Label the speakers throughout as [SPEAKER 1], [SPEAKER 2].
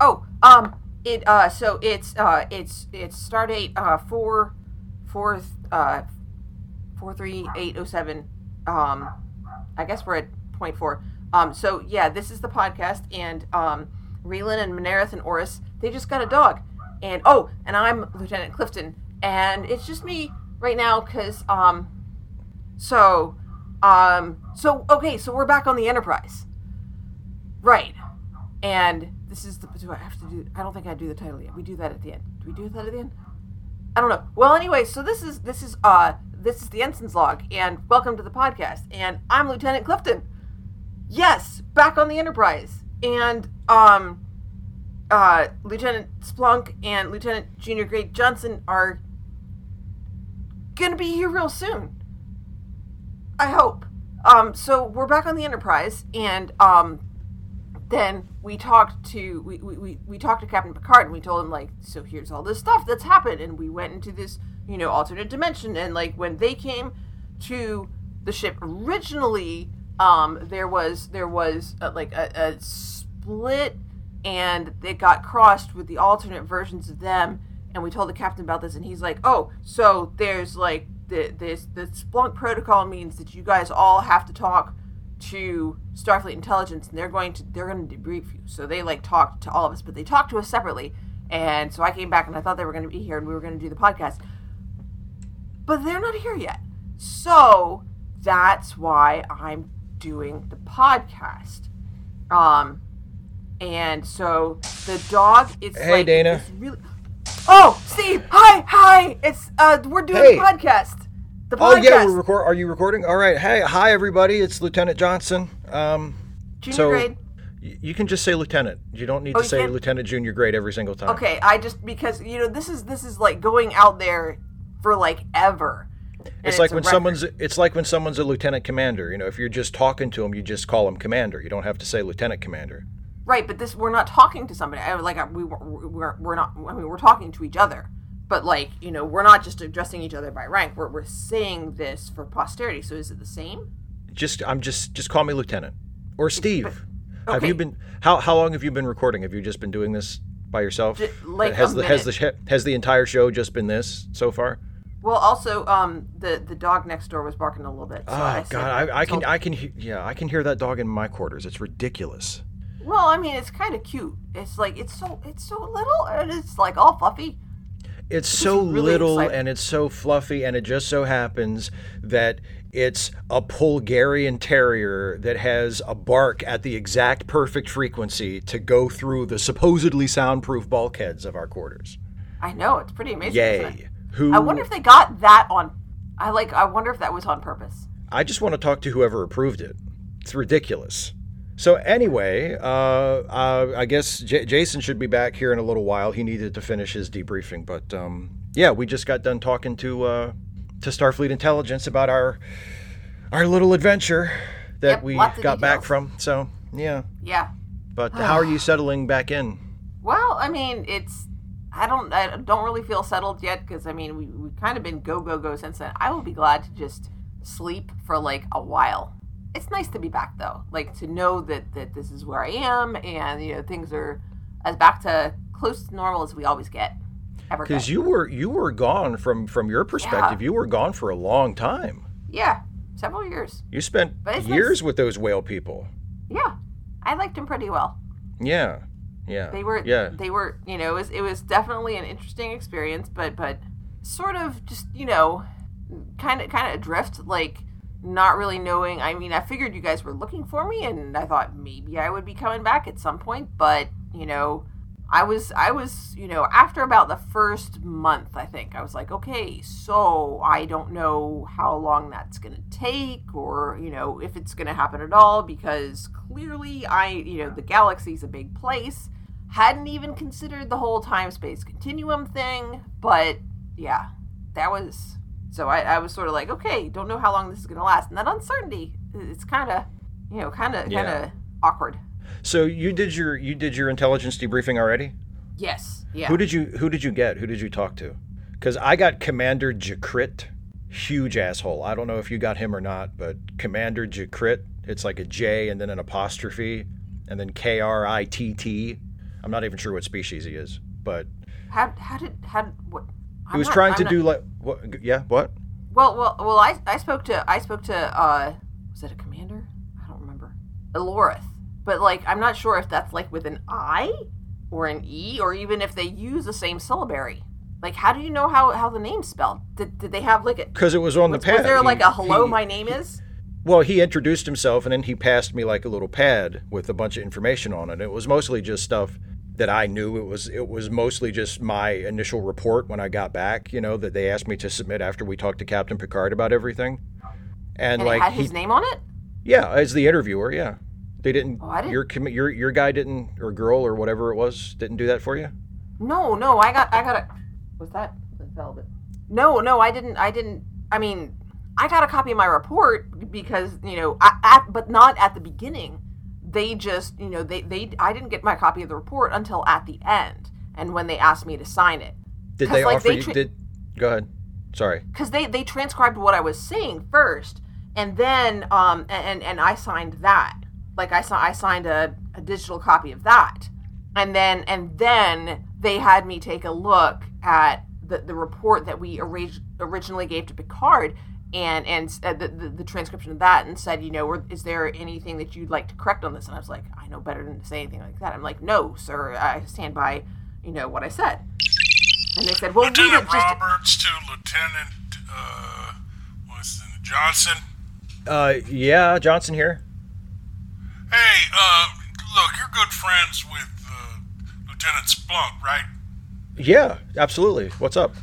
[SPEAKER 1] Oh, It uh so it's uh it's it's start date uh four four uh four three eight oh seven. Um I guess we're at point four. Um so yeah, this is the podcast and um Relin and Menareth and Oris, they just got a dog. And oh, and I'm Lieutenant Clifton, and it's just me right now because um so um so okay, so we're back on the Enterprise. Right. And this is the. Do I have to do? I don't think I do the title yet. We do that at the end. Do we do that at the end? I don't know. Well, anyway, so this is this is uh this is the ensign's log, and welcome to the podcast. And I'm Lieutenant Clifton. Yes, back on the Enterprise, and um, uh, Lieutenant Splunk and Lieutenant Junior Grade Johnson are gonna be here real soon. I hope. Um, so we're back on the Enterprise, and um, then we talked to we, we, we, we talked to Captain Picard and we told him like so here's all this stuff that's happened and we went into this you know alternate dimension and like when they came to the ship originally um there was there was uh like a, a split and it got crossed with the alternate versions of them and we told the captain about this and he's like oh so there's like the this the Splunk protocol means that you guys all have to talk to Starfleet intelligence, and they're going to they're going to debrief you. So they like talked to all of us, but they talked to us separately. And so I came back, and I thought they were going to be here, and we were going to do the podcast. But they're not here yet, so that's why I'm doing the podcast. Um, and so the dog is
[SPEAKER 2] Hey,
[SPEAKER 1] like,
[SPEAKER 2] Dana.
[SPEAKER 1] it's really. Oh, Steve! Hi, hi! It's uh, we're doing
[SPEAKER 2] Hey.
[SPEAKER 1] the podcast. The podcast.
[SPEAKER 2] Oh yeah, we're record. Are you recording? All right. Hey, hi everybody. It's Lieutenant Johnson. Um,
[SPEAKER 1] Junior
[SPEAKER 2] so-
[SPEAKER 1] grade.
[SPEAKER 2] y- you can just say Lieutenant. You don't need
[SPEAKER 1] Oh,
[SPEAKER 2] to
[SPEAKER 1] you
[SPEAKER 2] say
[SPEAKER 1] can?
[SPEAKER 2] Lieutenant Junior Grade every single time.
[SPEAKER 1] Okay, I just because you know this is this is like going out there for like ever. And
[SPEAKER 2] It's, like
[SPEAKER 1] a
[SPEAKER 2] when
[SPEAKER 1] record.
[SPEAKER 2] someone's. It's like when someone's a Lieutenant Commander. You know, if you're just talking to him, you just call him Commander. You don't have to say Lieutenant Commander.
[SPEAKER 1] right, but this we're not talking to somebody. I, like I- we were- we're we're not. I mean, we're talking to each other, but like you know, we're not just addressing each other by rank. We're we're saying this for posterity. So is it the same?
[SPEAKER 2] Just I'm just just call me Lieutenant or Steve. Have
[SPEAKER 1] okay.
[SPEAKER 2] you been? How how long have you been recording? Have you just been doing this by yourself?
[SPEAKER 1] J- like
[SPEAKER 2] has
[SPEAKER 1] a
[SPEAKER 2] the has the sh- has the entire show just been this so far?
[SPEAKER 1] Well, also, um, the the dog next door was barking a little bit. So
[SPEAKER 2] Oh
[SPEAKER 1] I said-
[SPEAKER 2] God, I, I can
[SPEAKER 1] told-
[SPEAKER 2] I can he- yeah I can hear that dog in my quarters. It's ridiculous.
[SPEAKER 1] Well, I mean, it's kind of cute. It's like it's so it's so little, and it's like all fluffy.
[SPEAKER 2] It's so
[SPEAKER 1] really
[SPEAKER 2] little
[SPEAKER 1] exciting.
[SPEAKER 2] and it's so fluffy, and it just so happens that it's a Bulgarian Terrier that has a bark at the exact perfect frequency to go through the supposedly soundproof bulkheads of our quarters.
[SPEAKER 1] I know it's pretty amazing. isn't it?
[SPEAKER 2] Yay! Who
[SPEAKER 1] I wonder if they got that on. I like. I wonder if that was on purpose.
[SPEAKER 2] I just want to talk to whoever approved it. It's ridiculous. So anyway, uh, uh, I guess J- Jason should be back here in a little while. He needed to finish his debriefing, but um, yeah, we just got done talking to uh, to Starfleet Intelligence about our our little adventure that
[SPEAKER 1] Yep,
[SPEAKER 2] we
[SPEAKER 1] lots of
[SPEAKER 2] got back
[SPEAKER 1] details.
[SPEAKER 2] from. So yeah,
[SPEAKER 1] Yeah.
[SPEAKER 2] but how are you settling back in?
[SPEAKER 1] Well, I mean, it's. I don't. I don't really feel settled yet because I mean, we we kind of been go go go since then. I will be glad to just sleep for like a while. It's nice to be back though, like to know that that this is where I am and you know things are as back to close to normal as we always get. Ever get.
[SPEAKER 2] Because you were you were gone from from your perspective. You were gone for a long time.
[SPEAKER 1] yeah, several years.
[SPEAKER 2] You spent
[SPEAKER 1] But it's nice.
[SPEAKER 2] years with those whale people.
[SPEAKER 1] Yeah, I liked him pretty well.
[SPEAKER 2] Yeah, yeah.
[SPEAKER 1] they were
[SPEAKER 2] yeah.
[SPEAKER 1] they were you know it was, it was definitely an interesting experience but but sort of just you know kind of kind of adrift like not really knowing i mean i figured you guys were looking for me and i thought maybe i would be coming back at some point but you know i was i was you know after about the first month i think i was like okay so i don't know how long that's going to take or you know if it's going to happen at all because clearly i you know the galaxy's a big place hadn't even considered the whole time space continuum thing but yeah that was so I, I was sort of like okay don't know how long this is going to last and that uncertainty it's kind of you know kind of kind of
[SPEAKER 2] Yeah.
[SPEAKER 1] awkward
[SPEAKER 2] So you did your you did your intelligence debriefing already?
[SPEAKER 1] yes yeah
[SPEAKER 2] Who did you who did you get? Who did you talk to? Cuz I got Commander Jakrit, huge asshole. I don't know if you got him or not, but Commander Jakrit, it's like a J and then an apostrophe and then K R I T T. I'm not even sure what species he is. But
[SPEAKER 1] How how did how did- what? I'm
[SPEAKER 2] he was
[SPEAKER 1] not-
[SPEAKER 2] trying
[SPEAKER 1] I'm
[SPEAKER 2] to
[SPEAKER 1] not-
[SPEAKER 2] do like what? Yeah, what?
[SPEAKER 1] Well, well, well. I, I spoke to I spoke to uh, was it a commander? I don't remember. Elorith, but like I'm not sure if that's like with an I or an E or even if they use the same syllabary. Like, how do you know how how the name's spelled? Did, did they have like a
[SPEAKER 2] Because it was on
[SPEAKER 1] was,
[SPEAKER 2] the pad.
[SPEAKER 1] was there
[SPEAKER 2] He-
[SPEAKER 1] like a hello?
[SPEAKER 2] he-
[SPEAKER 1] my name is.
[SPEAKER 2] Well, he introduced himself and then he passed me like a little pad with a bunch of information on it. It was mostly just stuff that I knew. It was it was mostly just my initial report when I got back, you know, that they asked me to submit after we talked to Captain Picard about everything. And,
[SPEAKER 1] And it
[SPEAKER 2] like
[SPEAKER 1] had
[SPEAKER 2] he,
[SPEAKER 1] his name on it.
[SPEAKER 2] yeah, as the interviewer, yeah. They didn't,
[SPEAKER 1] Oh, I didn't-
[SPEAKER 2] your commi- your your guy didn't or girl or whatever it was didn't do that for you?
[SPEAKER 1] No, no, I got I got a was that the velvet? No, no, I didn't I didn't I mean I got a copy of my report because, you know, I, at, but not at the beginning. They just, you know, they, they I didn't get my copy of the report until at the end and when they asked me to sign it.
[SPEAKER 2] Did
[SPEAKER 1] 'Cause,
[SPEAKER 2] they
[SPEAKER 1] like,
[SPEAKER 2] offer
[SPEAKER 1] they
[SPEAKER 2] you
[SPEAKER 1] tra-
[SPEAKER 2] did Go ahead. Sorry.
[SPEAKER 1] Cuz they they transcribed what I was saying first and then um and and I signed that. Like I saw I signed a, a digital copy of that. and then and then they had me take a look at the, the report that we orig- originally gave to Picard and and uh, the, the the transcription of that and said you know were- is there anything that you'd like to correct on this and I was like I know better than to say anything like that I'm like no sir I stand by you know what I said and they said well read it
[SPEAKER 3] Lieutenant
[SPEAKER 1] just
[SPEAKER 3] Roberts to Lieutenant uh, what's his name, Johnson.
[SPEAKER 2] Uh yeah, Johnson here.
[SPEAKER 3] Hey, uh, look, you're good friends with uh, Lieutenant Splunk, right?
[SPEAKER 2] Yeah, absolutely. What's up?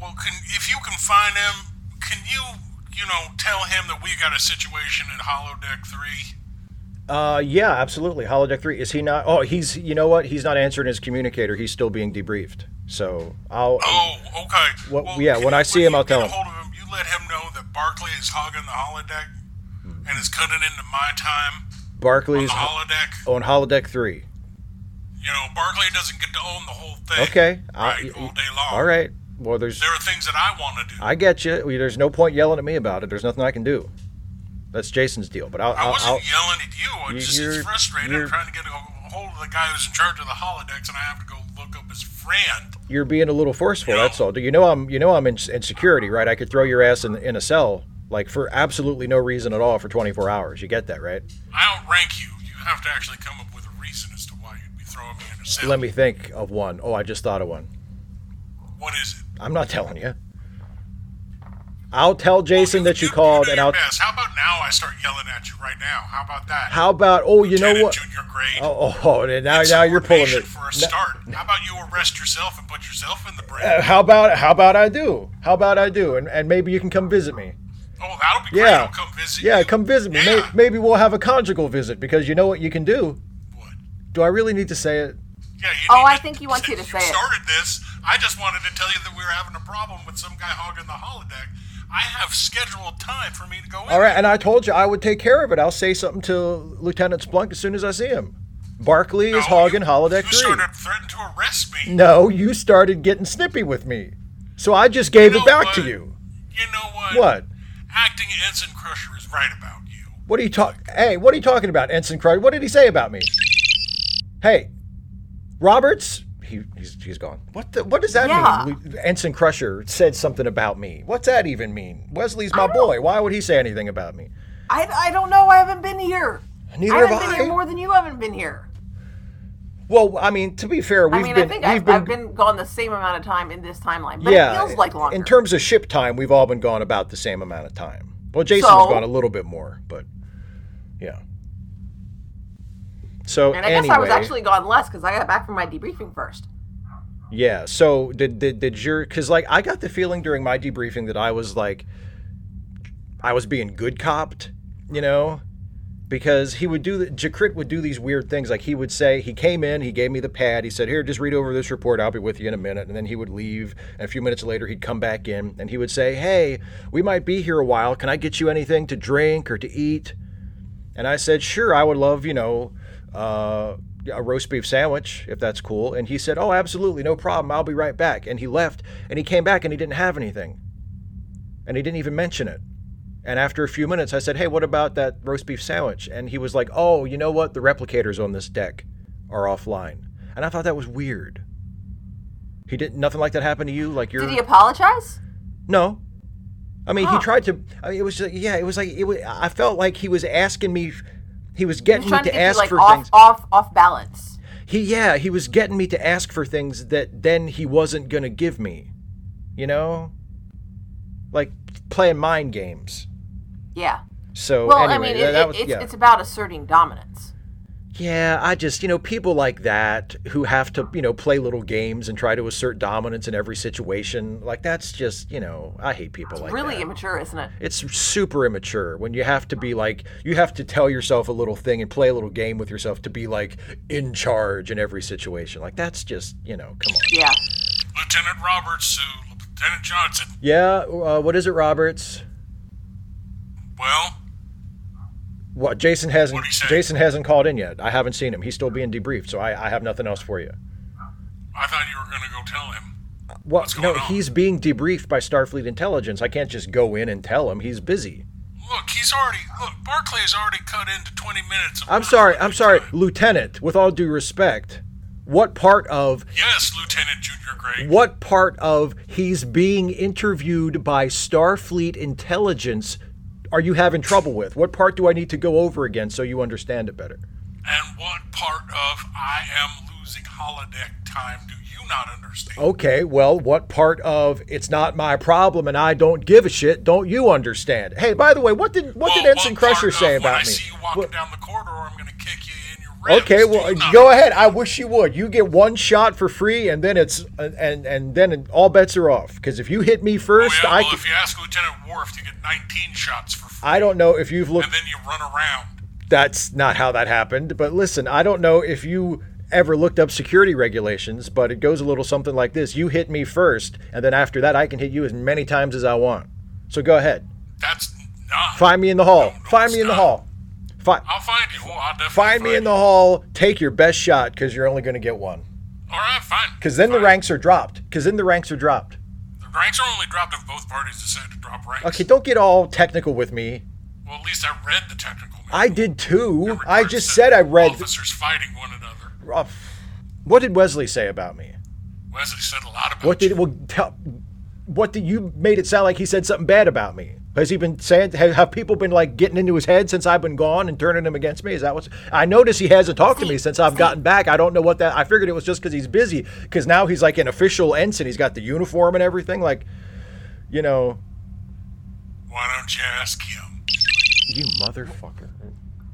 [SPEAKER 3] Well, can if you can find him, can you, you know, tell him that we got a situation in Holodeck Three?
[SPEAKER 2] Uh, yeah, absolutely. Holodeck three. Is he not? Oh, he's. You know what? He's not answering his communicator. He's still being debriefed. So I'll.
[SPEAKER 3] Oh, okay.
[SPEAKER 2] Well, yeah,
[SPEAKER 3] can
[SPEAKER 2] when
[SPEAKER 3] you-
[SPEAKER 2] I see
[SPEAKER 3] when
[SPEAKER 2] him,
[SPEAKER 3] you
[SPEAKER 2] I'll tell
[SPEAKER 3] get
[SPEAKER 2] him.
[SPEAKER 3] a Hold of him. You let him know that Barclay is hogging the holodeck
[SPEAKER 2] Hmm.
[SPEAKER 3] and is cutting into my time.
[SPEAKER 2] Barclays
[SPEAKER 3] The holodeck.
[SPEAKER 2] on holodeck three.
[SPEAKER 3] You know, Barclay doesn't get to own the whole thing.
[SPEAKER 2] Okay.
[SPEAKER 3] Right,
[SPEAKER 2] I,
[SPEAKER 3] all day long.
[SPEAKER 2] All right. Well, there's.
[SPEAKER 3] There are things that I want to do.
[SPEAKER 2] I get you. There's no point yelling at me about it. There's nothing I can do. That's Jason's deal. But I'll.
[SPEAKER 3] I
[SPEAKER 2] I'll,
[SPEAKER 3] wasn't
[SPEAKER 2] I'll
[SPEAKER 3] yelling at you. I
[SPEAKER 2] You-
[SPEAKER 3] just it's
[SPEAKER 2] you're-
[SPEAKER 3] frustrating.
[SPEAKER 2] you're-
[SPEAKER 3] I'm trying to get a hold of the guy who's in charge of the holodecks, and I have to go look up his friend.
[SPEAKER 2] you're being a little forceful. That's all. Do you know I'm? You know I'm in, in security, right? I could throw your ass in in a cell, like for absolutely no reason at all, for 24 hours. You get that, right?
[SPEAKER 3] I outrank you. You have to actually come up with a reason as to why you'd be throwing me in a cell.
[SPEAKER 2] Let me think of one. Oh, I just thought of one.
[SPEAKER 3] What is it?
[SPEAKER 2] I'm not telling you. I'll tell Jason that you
[SPEAKER 3] do
[SPEAKER 2] called,
[SPEAKER 3] your
[SPEAKER 2] and I'll.
[SPEAKER 3] best. How about now? I start yelling at you right now. How about that?
[SPEAKER 2] How about? Oh, you know
[SPEAKER 3] Lieutenant
[SPEAKER 2] what?
[SPEAKER 3] Junior grade.
[SPEAKER 2] Oh, oh, oh, now now you're pulling
[SPEAKER 3] Coordination
[SPEAKER 2] it.
[SPEAKER 3] for a
[SPEAKER 2] No-
[SPEAKER 3] start. How about you arrest yourself and put yourself in the brig?
[SPEAKER 2] uh, How about how about I do? How about I do? And and maybe you can come visit me.
[SPEAKER 3] oh, that'll be great.
[SPEAKER 2] Yeah.
[SPEAKER 3] I'll come visit.
[SPEAKER 2] Yeah,
[SPEAKER 3] you.
[SPEAKER 2] come visit me. May
[SPEAKER 3] Yeah.
[SPEAKER 2] Maybe we'll have a conjugal visit because you know what you can do.
[SPEAKER 3] What?
[SPEAKER 2] Do I really need to say it?
[SPEAKER 3] Yeah, you
[SPEAKER 1] Oh,
[SPEAKER 3] need
[SPEAKER 1] I
[SPEAKER 3] to-
[SPEAKER 1] think he wants you to say it.
[SPEAKER 3] started this. I just wanted to tell you that we were having a problem with some guy hogging the holodeck. I have scheduled time for me to go in.
[SPEAKER 2] All right, and I told you I would take care of it. I'll say something to Lieutenant Splunk as soon as I see him. Barkley is
[SPEAKER 3] No,
[SPEAKER 2] hogging
[SPEAKER 3] you-
[SPEAKER 2] holodeck
[SPEAKER 3] You
[SPEAKER 2] three. Mm.
[SPEAKER 3] started threatening to arrest me.
[SPEAKER 2] No, you started getting snippy with me. So I just gave
[SPEAKER 3] You
[SPEAKER 2] it
[SPEAKER 3] know
[SPEAKER 2] back to
[SPEAKER 3] what?
[SPEAKER 2] you.
[SPEAKER 3] You know what?
[SPEAKER 2] What?
[SPEAKER 3] Acting Ensign Crusher is right about you.
[SPEAKER 2] What are you talk? Hey, what are you talking about, Ensign Crowley? What did he say about me? Hey, Roberts. He, he's, he's gone. What the, what does that
[SPEAKER 1] Yeah.
[SPEAKER 2] mean? Lu- Ensign Crusher said something about me. What's that even mean? Wesley's my
[SPEAKER 1] I don't-
[SPEAKER 2] boy. Why would he say anything about me?
[SPEAKER 1] I, I don't know I haven't been here
[SPEAKER 2] Neither
[SPEAKER 1] I
[SPEAKER 2] have
[SPEAKER 1] haven't been
[SPEAKER 2] I.
[SPEAKER 1] here more than you haven't been here
[SPEAKER 2] Well, I mean, to be fair, we've
[SPEAKER 1] I mean
[SPEAKER 2] been
[SPEAKER 1] I think
[SPEAKER 2] we've
[SPEAKER 1] I've
[SPEAKER 2] been,
[SPEAKER 1] been... I've been gone the same amount of time in this timeline but
[SPEAKER 2] yeah.
[SPEAKER 1] it feels like longer
[SPEAKER 2] In terms of ship time, we've all been gone about the same amount of time. Well, Jason was
[SPEAKER 1] So-
[SPEAKER 2] gone a little bit more, but yeah. So
[SPEAKER 1] and I guess I was
[SPEAKER 2] anyway-
[SPEAKER 1] actually gone less because I got back from my debriefing first
[SPEAKER 2] Yeah. So did did did your because like I got the feeling during my debriefing that I was like I was being good copped, you know, because he would do the Jakrit would do these weird things like he would say he came in he gave me the pad he said here just read over this report I'll be with you in a minute and then he would leave and a few minutes later he'd come back in and he would say hey we might be here a while can I get you anything to drink or to eat and I said, sure, I would love, you know, uh, a roast beef sandwich if that's cool. And he said, oh, absolutely, no problem. I'll be right back. And he left and he came back and he didn't have anything. And he didn't even mention it. And after a few minutes, I said, hey, what about that roast beef sandwich? And he was like, oh, you know what? The replicators on this deck are offline. And I thought that was weird. He didn't. Nothing like that happened to you. Like you're
[SPEAKER 1] Did he apologize?
[SPEAKER 2] no. I mean,
[SPEAKER 1] Huh.
[SPEAKER 2] he tried to. I mean, it was like, yeah. It was like it was, I felt like he was asking me. He was
[SPEAKER 1] He was
[SPEAKER 2] getting me
[SPEAKER 1] trying to
[SPEAKER 2] to
[SPEAKER 1] get you
[SPEAKER 2] ask
[SPEAKER 1] like
[SPEAKER 2] for
[SPEAKER 1] off,
[SPEAKER 2] things.
[SPEAKER 1] off, off balance.
[SPEAKER 2] He yeah. He was getting me to ask for things that then he wasn't gonna give me. You know, like playing mind games.
[SPEAKER 1] Yeah.
[SPEAKER 2] So
[SPEAKER 1] Well,
[SPEAKER 2] anyway,
[SPEAKER 1] I mean,
[SPEAKER 2] that,
[SPEAKER 1] it,
[SPEAKER 2] that
[SPEAKER 1] it-
[SPEAKER 2] was
[SPEAKER 1] it's,
[SPEAKER 2] yeah.
[SPEAKER 1] it's about asserting dominance.
[SPEAKER 2] Yeah, I just, you know, people like that who have to, you know, play little games and try to assert dominance in every situation, like that's just, you know, I hate people like
[SPEAKER 1] really
[SPEAKER 2] that.
[SPEAKER 1] immature, isn't it?
[SPEAKER 2] It's super immature when you have to be like, you have to tell yourself a little thing and play a little game with yourself to be like in charge in every situation. Like that's just, you know, come on.
[SPEAKER 1] Yeah.
[SPEAKER 4] Lieutenant Roberts to
[SPEAKER 3] uh,
[SPEAKER 4] Lieutenant Johnson.
[SPEAKER 2] Yeah, uh, what is it, Roberts?
[SPEAKER 4] Well,
[SPEAKER 2] What Jason hasn't
[SPEAKER 4] What'd he say?
[SPEAKER 2] Jason hasn't called in yet. I haven't seen him. He's still being debriefed, so I, I have nothing else for you.
[SPEAKER 4] I thought you were going to go tell him.
[SPEAKER 2] Well,
[SPEAKER 4] What's
[SPEAKER 2] no,
[SPEAKER 4] going on?
[SPEAKER 2] he's being debriefed by Starfleet Intelligence. I can't just go in and tell him he's busy.
[SPEAKER 4] Look, he's already. Look, Barclay's already cut into 20 minutes. Of
[SPEAKER 2] I'm sorry. I'm sorry, Lieutenant. With all due respect, what part of
[SPEAKER 4] Yes, Lieutenant Junior Gray.
[SPEAKER 2] what part of he's being interviewed by Starfleet Intelligence are you having trouble with? What part do I need to go over again so you understand it better?
[SPEAKER 4] And what part of I am losing holodeck time do you not understand?
[SPEAKER 2] Okay, well, what part of it's not my problem and I don't give a shit don't you understand? Hey, by the way, what did
[SPEAKER 4] Well,
[SPEAKER 2] what did Ensign
[SPEAKER 4] what part
[SPEAKER 2] Crusher
[SPEAKER 4] of
[SPEAKER 2] say
[SPEAKER 4] when
[SPEAKER 2] about
[SPEAKER 4] I
[SPEAKER 2] me?
[SPEAKER 4] see you walking
[SPEAKER 2] What-
[SPEAKER 4] down the corridor, I'm going to kick you in your ribs.
[SPEAKER 2] Okay,
[SPEAKER 4] Do
[SPEAKER 2] well,
[SPEAKER 4] you not-
[SPEAKER 2] go ahead. I wish you would. You get one shot for free, and then it's and and then all bets are off. Because if you hit me
[SPEAKER 4] Oh,
[SPEAKER 2] first,
[SPEAKER 4] yeah,
[SPEAKER 2] I
[SPEAKER 4] well,
[SPEAKER 2] can,
[SPEAKER 4] if you ask Lieutenant Worf, you get 19 shots for free,
[SPEAKER 2] I don't know if you've
[SPEAKER 4] and
[SPEAKER 2] looked.
[SPEAKER 4] then you run around.
[SPEAKER 2] That's not how that happened. But listen, I don't know if you ever looked up security regulations, but it goes a little something like this: you hit me first, and then after that, I can hit you as many times as I want. So go ahead.
[SPEAKER 4] That's not.
[SPEAKER 2] Find me in the hall.
[SPEAKER 4] No, no,
[SPEAKER 2] Find me in the
[SPEAKER 4] stop.
[SPEAKER 2] hall. Fi-
[SPEAKER 4] I'll find you. Oh, I'll definitely
[SPEAKER 2] find me in the
[SPEAKER 4] you.
[SPEAKER 2] hall. Take your best shot because you're only going to get one.
[SPEAKER 4] All right, fine.
[SPEAKER 2] Because then the
[SPEAKER 4] Fine.
[SPEAKER 2] ranks are dropped. Because then the ranks are dropped.
[SPEAKER 4] The ranks are only dropped if both parties decide to drop ranks.
[SPEAKER 2] Okay, don't get all technical with me.
[SPEAKER 4] Well, at least I read the technical. manual
[SPEAKER 2] I did too.
[SPEAKER 4] in
[SPEAKER 2] I
[SPEAKER 4] regards
[SPEAKER 2] just
[SPEAKER 4] to
[SPEAKER 2] said I read.
[SPEAKER 4] Officers fighting one another.
[SPEAKER 2] Oh, what did Wesley say about me?
[SPEAKER 4] Wesley said a lot about
[SPEAKER 2] What
[SPEAKER 4] you.
[SPEAKER 2] did well tell? What did you made it sound like he said something bad about me? Has he been saying? Have, have people been like getting into his head since I've been gone and turning him against me? Is that what's? I notice he hasn't talked to me since I've gotten back. I don't know what that. I figured it was just because he's busy. Because now he's like an official ensign. He's got the uniform and everything. Like, you know,
[SPEAKER 4] Why don't you ask him?
[SPEAKER 2] you motherfucker.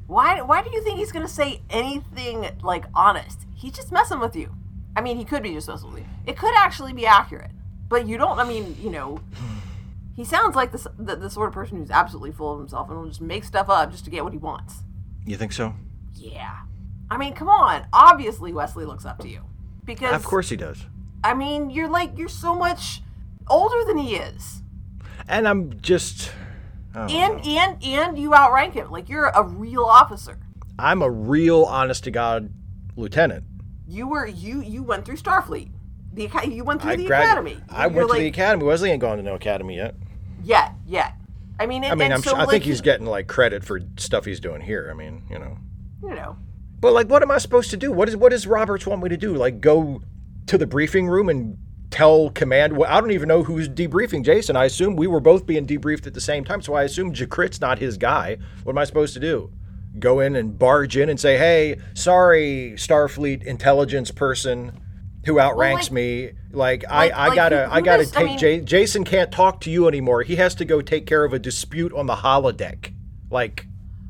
[SPEAKER 1] Why? Why do you think he's gonna say anything like honest? He's just messing with you. I mean, he could be just messing with you. It could actually be accurate, but you don't. I mean, you know, he sounds like the the, the sort of person who's absolutely full of himself and will just make stuff up just to get what he wants.
[SPEAKER 2] You think so?
[SPEAKER 1] Yeah. I mean, come on. Obviously, Wesley looks up to you because
[SPEAKER 2] Of course he does.
[SPEAKER 1] I mean, you're like you're so much older than he is.
[SPEAKER 2] And I'm just.
[SPEAKER 1] and
[SPEAKER 2] Mm-hmm.
[SPEAKER 1] and and you outrank him. Like you're a real officer.
[SPEAKER 2] I'm a real honest to God lieutenant.
[SPEAKER 1] You were you you went through Starfleet. The aca- you went through the
[SPEAKER 2] gradu-
[SPEAKER 1] academy.
[SPEAKER 2] I
[SPEAKER 1] You're
[SPEAKER 2] went to the academy. Wesley ain't gone to no academy yet.
[SPEAKER 1] Yet yet. I mean, and,
[SPEAKER 2] I mean,
[SPEAKER 1] and
[SPEAKER 2] I'm
[SPEAKER 1] so,
[SPEAKER 2] sure, I
[SPEAKER 1] like,
[SPEAKER 2] think he's getting like credit for stuff he's doing here. I mean, you know.
[SPEAKER 1] you know.
[SPEAKER 2] But like, what am I supposed to do? What is what does Roberts want me to do? Like, go to the briefing room and tell command? Well, I don't even know who's debriefing Jason. I assume we were both being debriefed at the same time, so I assume Jakrit's not his guy. What am I supposed to do? Go in and barge in and say, "Hey, sorry, Starfleet intelligence person." Who outranks
[SPEAKER 1] like-
[SPEAKER 2] me?
[SPEAKER 1] like-
[SPEAKER 2] Like, I, I
[SPEAKER 1] like,
[SPEAKER 2] gotta,
[SPEAKER 1] who-
[SPEAKER 2] I
[SPEAKER 1] who
[SPEAKER 2] gotta
[SPEAKER 1] does- I
[SPEAKER 2] take.
[SPEAKER 1] mean-
[SPEAKER 2] Ja- Jason can't talk to you anymore. He has to go take care of a dispute on the holodeck. Like,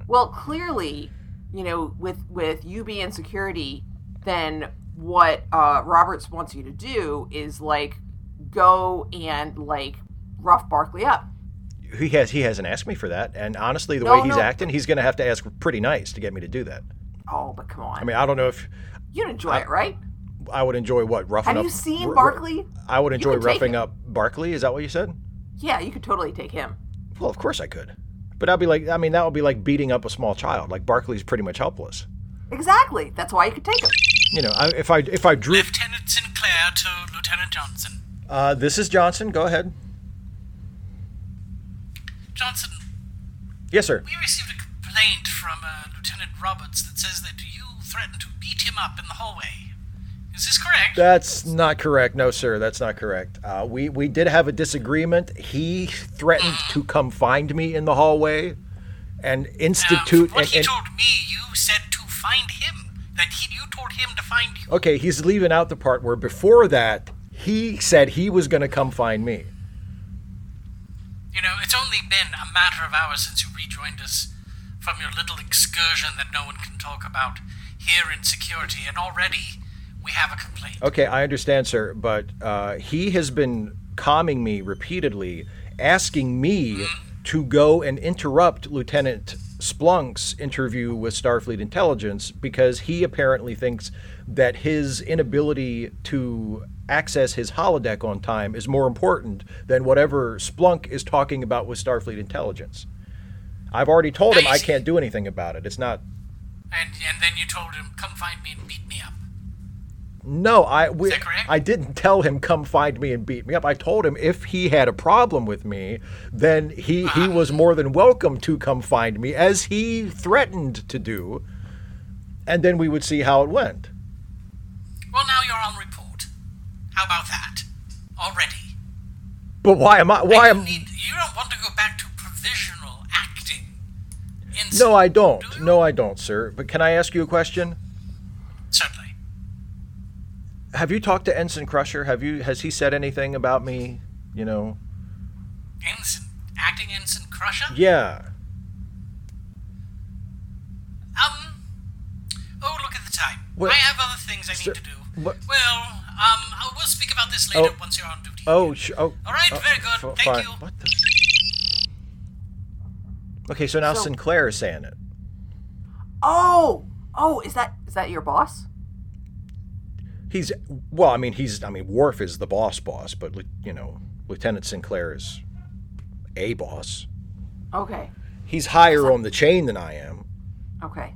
[SPEAKER 1] Well, clearly, you know, with with you being security, then what uh, Roberts wants you to do is like go and like rough Barkley up.
[SPEAKER 2] he has he hasn't asked me for that and honestly the
[SPEAKER 1] No,
[SPEAKER 2] way he's
[SPEAKER 1] no.
[SPEAKER 2] acting he's going to have to ask pretty nice to get me to do that
[SPEAKER 1] Oh, but come on,
[SPEAKER 2] i mean i don't know if
[SPEAKER 1] you'd enjoy it, right?
[SPEAKER 2] i would enjoy what roughing
[SPEAKER 1] Have
[SPEAKER 2] up
[SPEAKER 1] you seen
[SPEAKER 2] r- r-
[SPEAKER 1] Barkley?
[SPEAKER 2] i would enjoy
[SPEAKER 1] can take
[SPEAKER 2] roughing
[SPEAKER 1] him.
[SPEAKER 2] up barkley is that what you said
[SPEAKER 1] Yeah, you could totally take him.
[SPEAKER 2] well of course i could but i'd be like i mean that would be like beating up a small child like barkley's pretty much helpless
[SPEAKER 1] Exactly. That's why you could take him.
[SPEAKER 2] you know I, if i if i drew
[SPEAKER 3] Lieutenant Sinclair to Lieutenant Johnson.
[SPEAKER 2] uh, this is johnson go ahead
[SPEAKER 3] Johnson,
[SPEAKER 2] yes sir
[SPEAKER 3] we received a complaint from uh, Lieutenant Roberts that says that you threatened to beat him up in the hallway. Is this correct?
[SPEAKER 2] That's not correct. No, sir, that's not correct. Uh, we we did have a disagreement. He threatened to come find me in the hallway, and
[SPEAKER 3] Now,
[SPEAKER 2] institute.
[SPEAKER 3] from what
[SPEAKER 2] and-
[SPEAKER 3] he
[SPEAKER 2] and-
[SPEAKER 3] told me, you said to find him. That he, you told him to find you.
[SPEAKER 2] okay, he's leaving out the part where before that he said he was going to come find me.
[SPEAKER 3] You know, it's only been a matter of hours since you rejoined us from your little excursion that no one can talk about here in security, and already we have a complaint.
[SPEAKER 2] Okay, I understand, sir, but uh, he has been calming me repeatedly, asking me to go and interrupt Lieutenant Splunk's interview with Starfleet Intelligence because he apparently thinks that his inability to access his holodeck on time is more important than whatever Splunk is talking about with Starfleet Intelligence. I've already told him I
[SPEAKER 3] Amazing.
[SPEAKER 2] can't do anything about it. It's not
[SPEAKER 3] And, and then you told him, come find me and beat me up.
[SPEAKER 2] No, I we,
[SPEAKER 3] that correct?
[SPEAKER 2] I didn't tell him come find me and beat me up. I told him if he had a problem with me, then he
[SPEAKER 3] Uh-huh.
[SPEAKER 2] he was more than welcome to come find me as he threatened to do. And then we would see how it went.
[SPEAKER 3] Well, now you're on report. How about that? Already.
[SPEAKER 2] But why am I why
[SPEAKER 3] And
[SPEAKER 2] am
[SPEAKER 3] you, need, you don't want to go back to provisional acting. In
[SPEAKER 2] No, I
[SPEAKER 3] Do
[SPEAKER 2] don't.
[SPEAKER 3] you?
[SPEAKER 2] No, I don't, sir. But can I ask you a question?
[SPEAKER 3] Certainly.
[SPEAKER 2] Have you talked to Ensign Crusher? Have you has he said anything about me, you know?
[SPEAKER 3] Ensign, acting ensign Crusher?
[SPEAKER 2] Yeah.
[SPEAKER 3] Um. Oh, look at the time.
[SPEAKER 2] Well,
[SPEAKER 3] I have other things I need
[SPEAKER 2] sir,
[SPEAKER 3] to do.
[SPEAKER 2] what-
[SPEAKER 3] Well, um, I will speak about this later
[SPEAKER 2] Oh.
[SPEAKER 3] once you're on duty.
[SPEAKER 2] Oh, sh- oh.
[SPEAKER 3] All right,
[SPEAKER 2] oh,
[SPEAKER 3] very good.
[SPEAKER 2] f-
[SPEAKER 3] Thank
[SPEAKER 2] fine.
[SPEAKER 3] you.
[SPEAKER 2] What the? Okay, so now
[SPEAKER 1] So-
[SPEAKER 2] Sinclair is saying it.
[SPEAKER 1] Oh, oh, is that is that your boss?
[SPEAKER 2] He's well. I mean, he's. I mean, Worf is the boss, boss, but li- you know, Lieutenant Sinclair is a boss.
[SPEAKER 1] Okay,
[SPEAKER 2] He's higher on the chain than I am.
[SPEAKER 1] okay.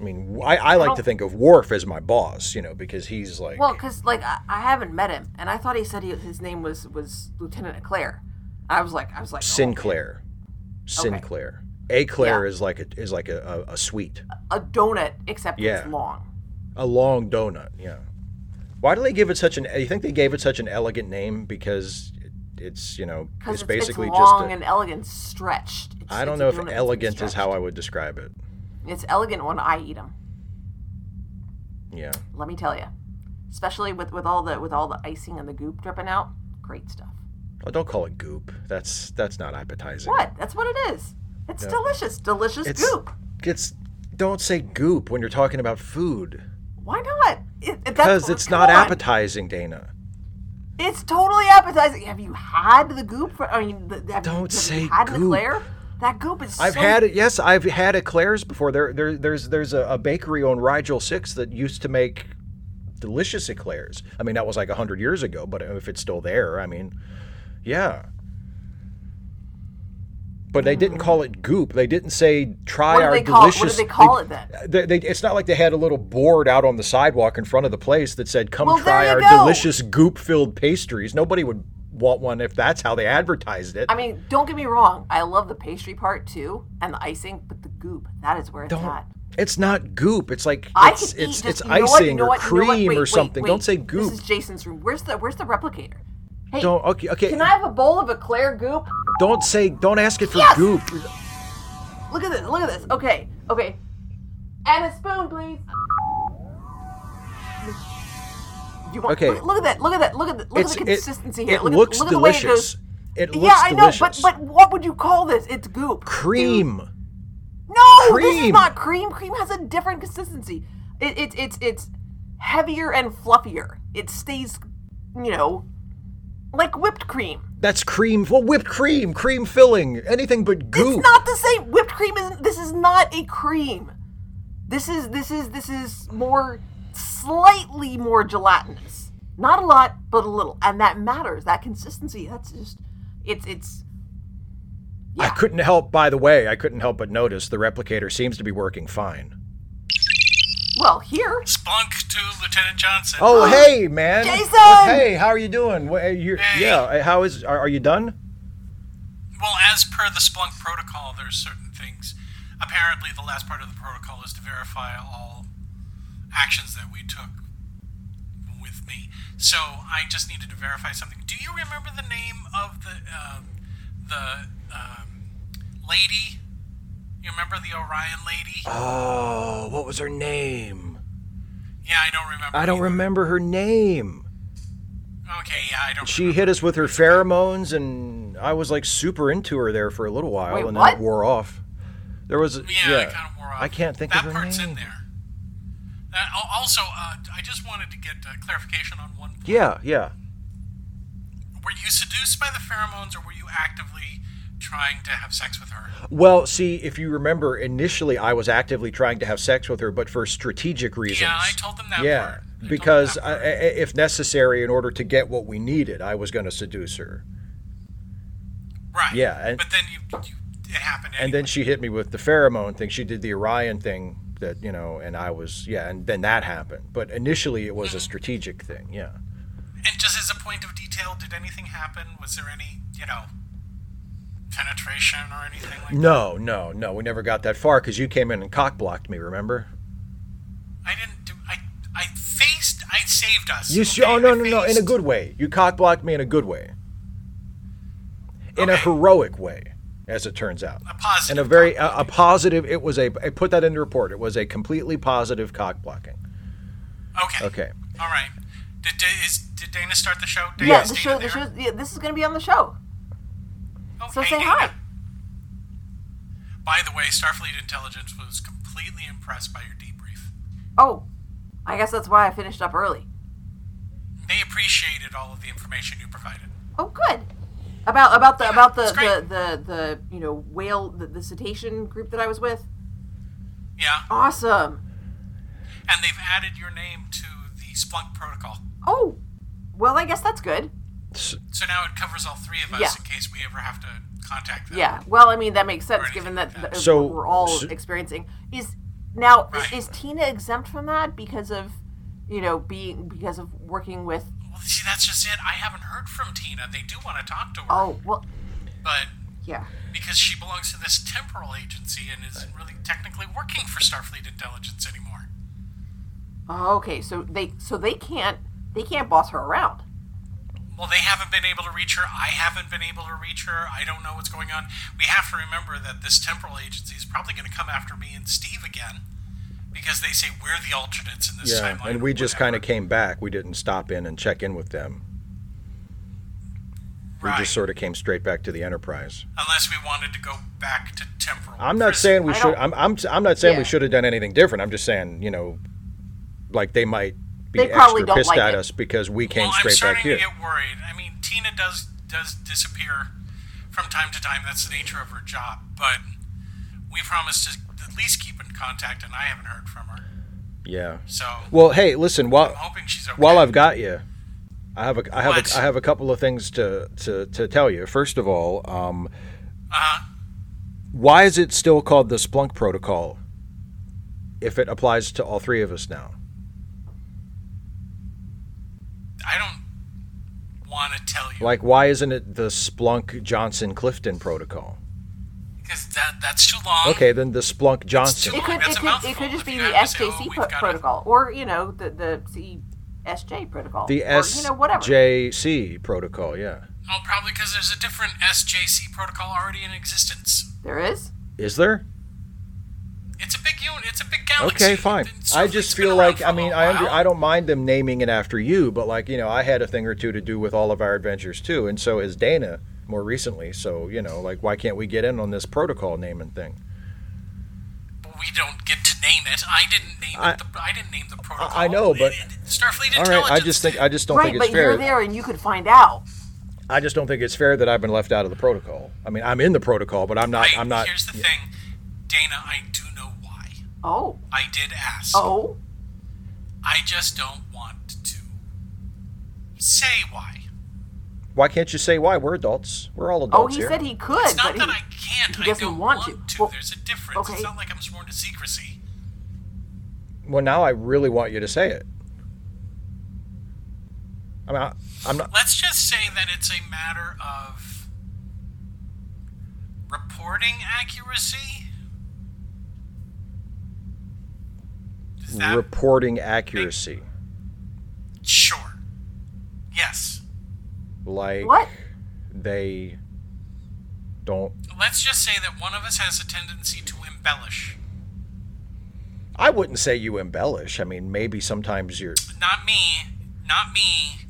[SPEAKER 2] I mean, I, I like to think of Worf as my boss, you know, because he's like.
[SPEAKER 1] Well, because like I, I haven't met him, and I thought he said he, his name was was Lieutenant Eclair. I was like, I was like, oh,
[SPEAKER 2] Sinclair. Sinclair. A Claire is like a is like a, a, a sweet,
[SPEAKER 1] "Oh, a donut, except
[SPEAKER 2] Yeah.
[SPEAKER 1] it's long.
[SPEAKER 2] a long donut. Yeah. Why do they give it such an? You think they gave it such an elegant name because it, it's you know
[SPEAKER 1] Because
[SPEAKER 2] it's
[SPEAKER 1] it's,
[SPEAKER 2] basically
[SPEAKER 1] it's
[SPEAKER 2] just.
[SPEAKER 1] long
[SPEAKER 2] a-
[SPEAKER 1] and elegant, stretched. It's,
[SPEAKER 2] I
[SPEAKER 1] it's
[SPEAKER 2] don't
[SPEAKER 1] a
[SPEAKER 2] know
[SPEAKER 1] donut
[SPEAKER 2] if
[SPEAKER 1] that's
[SPEAKER 2] elegant is how
[SPEAKER 1] stretched.
[SPEAKER 2] I would describe it.
[SPEAKER 1] It's elegant when I eat them.
[SPEAKER 2] Yeah.
[SPEAKER 1] Let me tell you, especially with with all the with all the icing and the goop dripping out. Great stuff.
[SPEAKER 2] Oh, don't call it goop. That's that's not appetizing.
[SPEAKER 1] What? That's what it is. It's delicious, delicious
[SPEAKER 2] It's
[SPEAKER 1] goop.
[SPEAKER 2] It's don't say goop when you're talking about food
[SPEAKER 1] Why not? It, it- that's-
[SPEAKER 2] because it's not
[SPEAKER 1] come on.
[SPEAKER 2] appetizing, Dana.
[SPEAKER 1] It's totally appetizing. Have you had the goop? For, I mean, the, have, you- have
[SPEAKER 2] Don't say
[SPEAKER 1] you had the
[SPEAKER 2] goop.
[SPEAKER 1] Claire? That goop is.
[SPEAKER 2] I've
[SPEAKER 1] so,
[SPEAKER 2] had it. Yes, I've had eclairs before. There, there there's there's a, a bakery on Rigel Six that used to make delicious eclairs. I mean, that was like hundred years ago, but if it's still there, I mean, yeah. But they didn't call it goop. They didn't say try
[SPEAKER 1] What do
[SPEAKER 2] our
[SPEAKER 1] they call?
[SPEAKER 2] delicious.
[SPEAKER 1] What do they call it then?
[SPEAKER 2] they, they, it's not like they had a little board out on the sidewalk in front of the place that said, "Come
[SPEAKER 1] Well,
[SPEAKER 2] try
[SPEAKER 1] there
[SPEAKER 2] our
[SPEAKER 1] you go.
[SPEAKER 2] delicious goop-filled pastries." Nobody would want one if that's how they advertised it.
[SPEAKER 1] I mean, don't get me wrong. I love the pastry part too, and the icing, but the goop—that is where it's at.
[SPEAKER 2] It's not goop. It's like
[SPEAKER 1] I
[SPEAKER 2] it's
[SPEAKER 1] can eat
[SPEAKER 2] it's,
[SPEAKER 1] just,
[SPEAKER 2] it's
[SPEAKER 1] you know what, you
[SPEAKER 2] icing
[SPEAKER 1] know
[SPEAKER 2] or
[SPEAKER 1] what, you know what,
[SPEAKER 2] cream
[SPEAKER 1] wait,
[SPEAKER 2] or
[SPEAKER 1] wait,
[SPEAKER 2] something.
[SPEAKER 1] wait.
[SPEAKER 2] Don't say
[SPEAKER 1] This
[SPEAKER 2] goop.
[SPEAKER 1] is Jason's room. Where's the Where's the replicator? Hey,
[SPEAKER 2] Don't okay okay.
[SPEAKER 1] can I have a bowl of Eclair goop?
[SPEAKER 2] Don't say don't ask it for
[SPEAKER 1] Yes!
[SPEAKER 2] goop.
[SPEAKER 1] Look at this. Look at this. Okay. Okay. And a spoon, please. You want,
[SPEAKER 2] Okay.
[SPEAKER 1] Look, look at that. Look at that. Look at the, look
[SPEAKER 2] It's
[SPEAKER 1] at the
[SPEAKER 2] it-
[SPEAKER 1] consistency
[SPEAKER 2] it,
[SPEAKER 1] here. look
[SPEAKER 2] looks
[SPEAKER 1] at, look
[SPEAKER 2] delicious.
[SPEAKER 1] At the way it goes.
[SPEAKER 2] It looks
[SPEAKER 1] yeah, I know,
[SPEAKER 2] delicious.
[SPEAKER 1] but but what would you call this? It's goop.
[SPEAKER 2] cream.
[SPEAKER 1] Dude. No, this is
[SPEAKER 2] Cream.
[SPEAKER 1] not cream. Cream has a different consistency. It, it it's it's heavier and fluffier. It stays, you know, like whipped cream.
[SPEAKER 2] That's cream. Well, whipped cream, cream filling, anything but goop.
[SPEAKER 1] It's not the same. Whipped cream isn't. This is not a cream. This is this is this is more slightly more gelatinous. Not a lot, but a little, and that matters. That consistency. That's just. It's it's.
[SPEAKER 2] I couldn't help. By the way, I couldn't help but notice the replicator seems to be working fine.
[SPEAKER 1] Well, here.
[SPEAKER 3] Splunk to Lieutenant Johnson.
[SPEAKER 2] Oh, hey, man.
[SPEAKER 1] Jason!
[SPEAKER 2] Hey, how are you doing? Wha- you-
[SPEAKER 3] Hey.
[SPEAKER 2] Yeah. How is? Are, are you done?
[SPEAKER 3] Well, as per the Splunk protocol, there's certain things. Apparently, the last part of the protocol is to verify all actions that we took with me. So I just needed to verify something. Do you remember the name of the uh, the um, lady? You remember the Orion lady?
[SPEAKER 2] Oh, what was her name?
[SPEAKER 3] yeah, I don't remember.
[SPEAKER 2] I don't
[SPEAKER 3] either.
[SPEAKER 2] remember her name.
[SPEAKER 3] Okay, yeah, I don't.
[SPEAKER 2] She hit us with her pheromones, and I was like super into her there for a little while,
[SPEAKER 1] Wait,
[SPEAKER 2] and
[SPEAKER 1] what?
[SPEAKER 2] then it wore off. There was
[SPEAKER 3] Yeah,
[SPEAKER 2] yeah.
[SPEAKER 3] I kind of wore off.
[SPEAKER 2] I can't think
[SPEAKER 3] that
[SPEAKER 2] of her
[SPEAKER 3] part's
[SPEAKER 2] name.
[SPEAKER 3] in there. That, al- also, uh, I just wanted to get uh, clarification on one. Point.
[SPEAKER 2] Yeah, yeah.
[SPEAKER 3] Were you seduced by the pheromones, or were you actively trying to have sex with her?
[SPEAKER 2] Well, see, if you remember, initially I was actively trying to have sex with her, but for strategic reasons.
[SPEAKER 3] Yeah, I told them that.
[SPEAKER 2] Yeah,
[SPEAKER 3] part. I told them
[SPEAKER 2] because
[SPEAKER 3] that
[SPEAKER 2] I, I,
[SPEAKER 3] part.
[SPEAKER 2] if necessary, in order to get what we needed, I was going to seduce her,
[SPEAKER 3] right.
[SPEAKER 2] yeah, and-
[SPEAKER 3] but then you, you it happened.
[SPEAKER 2] and
[SPEAKER 3] anyway.
[SPEAKER 2] then she hit me with the pheromone thing. She did the Orion thing that you know, and I was yeah, and then that happened. But initially, it was
[SPEAKER 3] Uh-huh.
[SPEAKER 2] a strategic thing. Yeah.
[SPEAKER 3] and just as a point of detail, did anything happen? Was there any you know penetration or anything like?
[SPEAKER 2] No, no, no. We never got that far because you came in and cock blocked me. Remember?
[SPEAKER 3] I didn't do. I I faced. I saved us.
[SPEAKER 2] You
[SPEAKER 3] okay?
[SPEAKER 2] sh- oh no
[SPEAKER 3] I
[SPEAKER 2] no no in a
[SPEAKER 3] faced-
[SPEAKER 2] good way. You cock blocked me in a good way. In a
[SPEAKER 3] Okay.
[SPEAKER 2] heroic way, as it turns out.
[SPEAKER 3] a positive.
[SPEAKER 2] In a very a, a positive. It was a. I put that in the report. It was a completely positive cock blocking.
[SPEAKER 3] Okay.
[SPEAKER 2] Okay.
[SPEAKER 3] All right. Did, did, is, did Dana start the show? Dana,
[SPEAKER 1] Yeah,
[SPEAKER 3] is
[SPEAKER 1] the
[SPEAKER 3] Dana
[SPEAKER 1] show. The
[SPEAKER 3] there?
[SPEAKER 1] show. Yeah, this is gonna be on the show.
[SPEAKER 3] Oh,
[SPEAKER 1] So
[SPEAKER 3] hey,
[SPEAKER 1] say
[SPEAKER 3] Dana.
[SPEAKER 1] hi.
[SPEAKER 3] By the way, Starfleet Intelligence was completely impressed by your debrief.
[SPEAKER 1] Oh, I guess that's why I finished up early.
[SPEAKER 3] They appreciated all of the information you provided.
[SPEAKER 1] Oh, good. About about the about the
[SPEAKER 3] it's great.
[SPEAKER 1] the, the the you know whale the, the cetacean group that I was with.
[SPEAKER 3] Yeah,
[SPEAKER 1] Awesome.
[SPEAKER 3] and they've added your name to the Splunk protocol,
[SPEAKER 1] Oh, well, I guess that's good.
[SPEAKER 3] so now it covers all three of us
[SPEAKER 1] Yeah.
[SPEAKER 3] in case we ever have to contact them.
[SPEAKER 1] Yeah. Well, I mean that makes sense
[SPEAKER 3] Or
[SPEAKER 1] given
[SPEAKER 3] anything
[SPEAKER 1] that
[SPEAKER 3] like
[SPEAKER 1] the,
[SPEAKER 2] So-
[SPEAKER 1] what we're all
[SPEAKER 2] so-
[SPEAKER 1] experiencing is now
[SPEAKER 3] Right.
[SPEAKER 1] is, is Tina exempt from that because of you know being because of working with
[SPEAKER 3] Well, see, that's just it. I haven't heard from Tina. They do want to talk to her,
[SPEAKER 1] oh well
[SPEAKER 3] but
[SPEAKER 1] yeah
[SPEAKER 3] because she belongs to this temporal agency and isn't really technically working for Starfleet Intelligence anymore.
[SPEAKER 1] oh, okay so they so they can't they can't boss her around
[SPEAKER 3] Well, they haven't been able to reach her. I haven't been able to reach her. I don't know what's going on. We have to remember that this temporal agency is probably going to come after me and Steve again because they say we're the alternates in this
[SPEAKER 2] Yeah.
[SPEAKER 3] timeline.
[SPEAKER 2] And we just kind
[SPEAKER 3] whatever.
[SPEAKER 2] of came back. We didn't stop in and check in with them. We
[SPEAKER 3] right.
[SPEAKER 2] just sort of came straight back to the Enterprise.
[SPEAKER 3] unless we wanted to go back to temporal.
[SPEAKER 2] I'm not
[SPEAKER 3] prison.
[SPEAKER 2] saying we
[SPEAKER 1] I
[SPEAKER 2] should.
[SPEAKER 1] don't-
[SPEAKER 2] I'm, I'm, I'm not saying
[SPEAKER 1] Yeah.
[SPEAKER 2] we should have done anything different. I'm just saying, you know, like they might be
[SPEAKER 1] They probably
[SPEAKER 2] extra
[SPEAKER 1] don't
[SPEAKER 2] pissed
[SPEAKER 1] like
[SPEAKER 2] at
[SPEAKER 1] it.
[SPEAKER 2] us because we came
[SPEAKER 3] Well, I'm
[SPEAKER 2] straight back
[SPEAKER 3] starting
[SPEAKER 2] here.
[SPEAKER 3] to get worried. I mean, Tina does does disappear from time to time. That's the nature of her job. But we promised to at least keep in contact, and I haven't heard from her.
[SPEAKER 2] yeah.
[SPEAKER 3] So
[SPEAKER 2] Well, hey, listen. While
[SPEAKER 3] I'm hoping she's okay.
[SPEAKER 2] while I've got you, I have a I have
[SPEAKER 3] What?
[SPEAKER 2] a, I have a couple of things to to, to tell you. First of all, um,
[SPEAKER 1] Uh-huh.
[SPEAKER 3] uh
[SPEAKER 2] why is it still called the Splunk protocol if it applies to all three of us now?
[SPEAKER 3] I don't want to tell you
[SPEAKER 2] Like, why isn't it the Splunk Johnson Clifton protocol?
[SPEAKER 3] because that that's too long.
[SPEAKER 2] Okay, then the Splunk Johnson.
[SPEAKER 1] it
[SPEAKER 3] Boy,
[SPEAKER 1] could it
[SPEAKER 3] that's a
[SPEAKER 1] could, it could
[SPEAKER 3] mouthful.
[SPEAKER 1] just be
[SPEAKER 3] If
[SPEAKER 1] the
[SPEAKER 3] you have to say,
[SPEAKER 1] SJC
[SPEAKER 3] "Oh, we've
[SPEAKER 1] pro-
[SPEAKER 3] gotta-"
[SPEAKER 1] protocol or you know the the CSJ protocol
[SPEAKER 2] The
[SPEAKER 1] or, you know whatever
[SPEAKER 2] SJC protocol, yeah.
[SPEAKER 3] Oh, probably because there's a different SJC protocol already in existence.
[SPEAKER 1] there is
[SPEAKER 2] Is there?
[SPEAKER 3] It's a big unit. It's a big galaxy.
[SPEAKER 2] Okay, fine.
[SPEAKER 3] It's-
[SPEAKER 2] I
[SPEAKER 3] it's
[SPEAKER 2] just
[SPEAKER 3] been
[SPEAKER 2] feel
[SPEAKER 3] around
[SPEAKER 2] like
[SPEAKER 3] for
[SPEAKER 2] I
[SPEAKER 3] a
[SPEAKER 2] mean
[SPEAKER 3] little
[SPEAKER 2] I under,
[SPEAKER 3] while.
[SPEAKER 2] I don't mind them naming it after you, but like you know I had a thing or two to do with all of our adventures too, and so has Dana more recently. So you know like why can't we get in on this protocol naming thing?
[SPEAKER 3] But we don't get to name it. I didn't name
[SPEAKER 2] I-
[SPEAKER 3] it. The, I didn't name the protocol.
[SPEAKER 2] I know, but-
[SPEAKER 3] It- it- Starfleet
[SPEAKER 2] All
[SPEAKER 3] Intelligence.
[SPEAKER 2] right, I just think I just don't
[SPEAKER 1] right
[SPEAKER 2] think it's
[SPEAKER 1] but you're
[SPEAKER 2] fair.
[SPEAKER 1] there and you could find out
[SPEAKER 2] I just don't think it's fair that I've been left out of the protocol. I mean I'm in the protocol, but I'm not
[SPEAKER 3] I-
[SPEAKER 2] I'm not.
[SPEAKER 3] Here's the thing, Dana. I do know why.
[SPEAKER 1] oh
[SPEAKER 3] I did ask.
[SPEAKER 1] oh
[SPEAKER 3] I just don't want to say why.
[SPEAKER 2] Why can't you say why? We're adults. We're all
[SPEAKER 1] oh
[SPEAKER 2] adults
[SPEAKER 1] he
[SPEAKER 2] here.
[SPEAKER 1] said he could
[SPEAKER 3] It's not
[SPEAKER 1] but
[SPEAKER 3] that
[SPEAKER 1] he,
[SPEAKER 3] I can't.
[SPEAKER 1] he
[SPEAKER 3] I
[SPEAKER 1] doesn't
[SPEAKER 3] don't
[SPEAKER 1] want
[SPEAKER 3] want,
[SPEAKER 1] to.
[SPEAKER 3] to.
[SPEAKER 1] Well,
[SPEAKER 3] There's a difference.
[SPEAKER 1] okay.
[SPEAKER 3] It's not like I'm sworn to secrecy.
[SPEAKER 2] well now I really want you to say it. I mean I, I'm not.
[SPEAKER 3] Let's just say that it's a matter of reporting accuracy. Does that
[SPEAKER 2] reporting accuracy.
[SPEAKER 3] sure?
[SPEAKER 2] Like
[SPEAKER 1] What?
[SPEAKER 2] they don't.
[SPEAKER 3] Let's just say that one of us has a tendency to embellish.
[SPEAKER 2] I wouldn't say you embellish. I mean, maybe sometimes you're
[SPEAKER 3] Not me. Not me.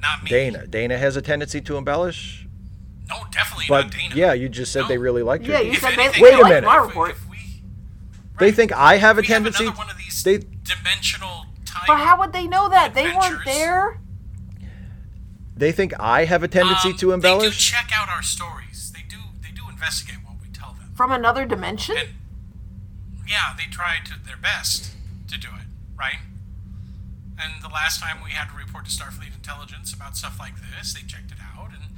[SPEAKER 3] Not me.
[SPEAKER 2] Dana. Dana has a tendency to embellish,
[SPEAKER 3] No, definitely
[SPEAKER 2] but
[SPEAKER 3] not Dana.
[SPEAKER 2] yeah, you just said they
[SPEAKER 3] No.
[SPEAKER 2] really liked
[SPEAKER 1] Yeah,
[SPEAKER 2] your
[SPEAKER 1] you
[SPEAKER 2] you.
[SPEAKER 1] said they,
[SPEAKER 3] anything-
[SPEAKER 1] they
[SPEAKER 2] Wait a
[SPEAKER 1] liked
[SPEAKER 2] minute.
[SPEAKER 1] my
[SPEAKER 3] If-
[SPEAKER 1] report.
[SPEAKER 3] if we,
[SPEAKER 2] They think I have a
[SPEAKER 3] we
[SPEAKER 2] tendency.
[SPEAKER 3] have another one of these
[SPEAKER 2] they
[SPEAKER 3] dimensional time.
[SPEAKER 1] But how would they know that? They weren't
[SPEAKER 3] Adventures.
[SPEAKER 1] there.
[SPEAKER 2] they think I have a tendency
[SPEAKER 3] Um,
[SPEAKER 2] to
[SPEAKER 3] They do
[SPEAKER 2] embellish.
[SPEAKER 3] check out our stories. They do. They do investigate what we tell them.
[SPEAKER 1] From another dimension?
[SPEAKER 3] And yeah, they try to their best to do it right. And the last time we had to report to Starfleet intelligence about stuff like this, they checked it out and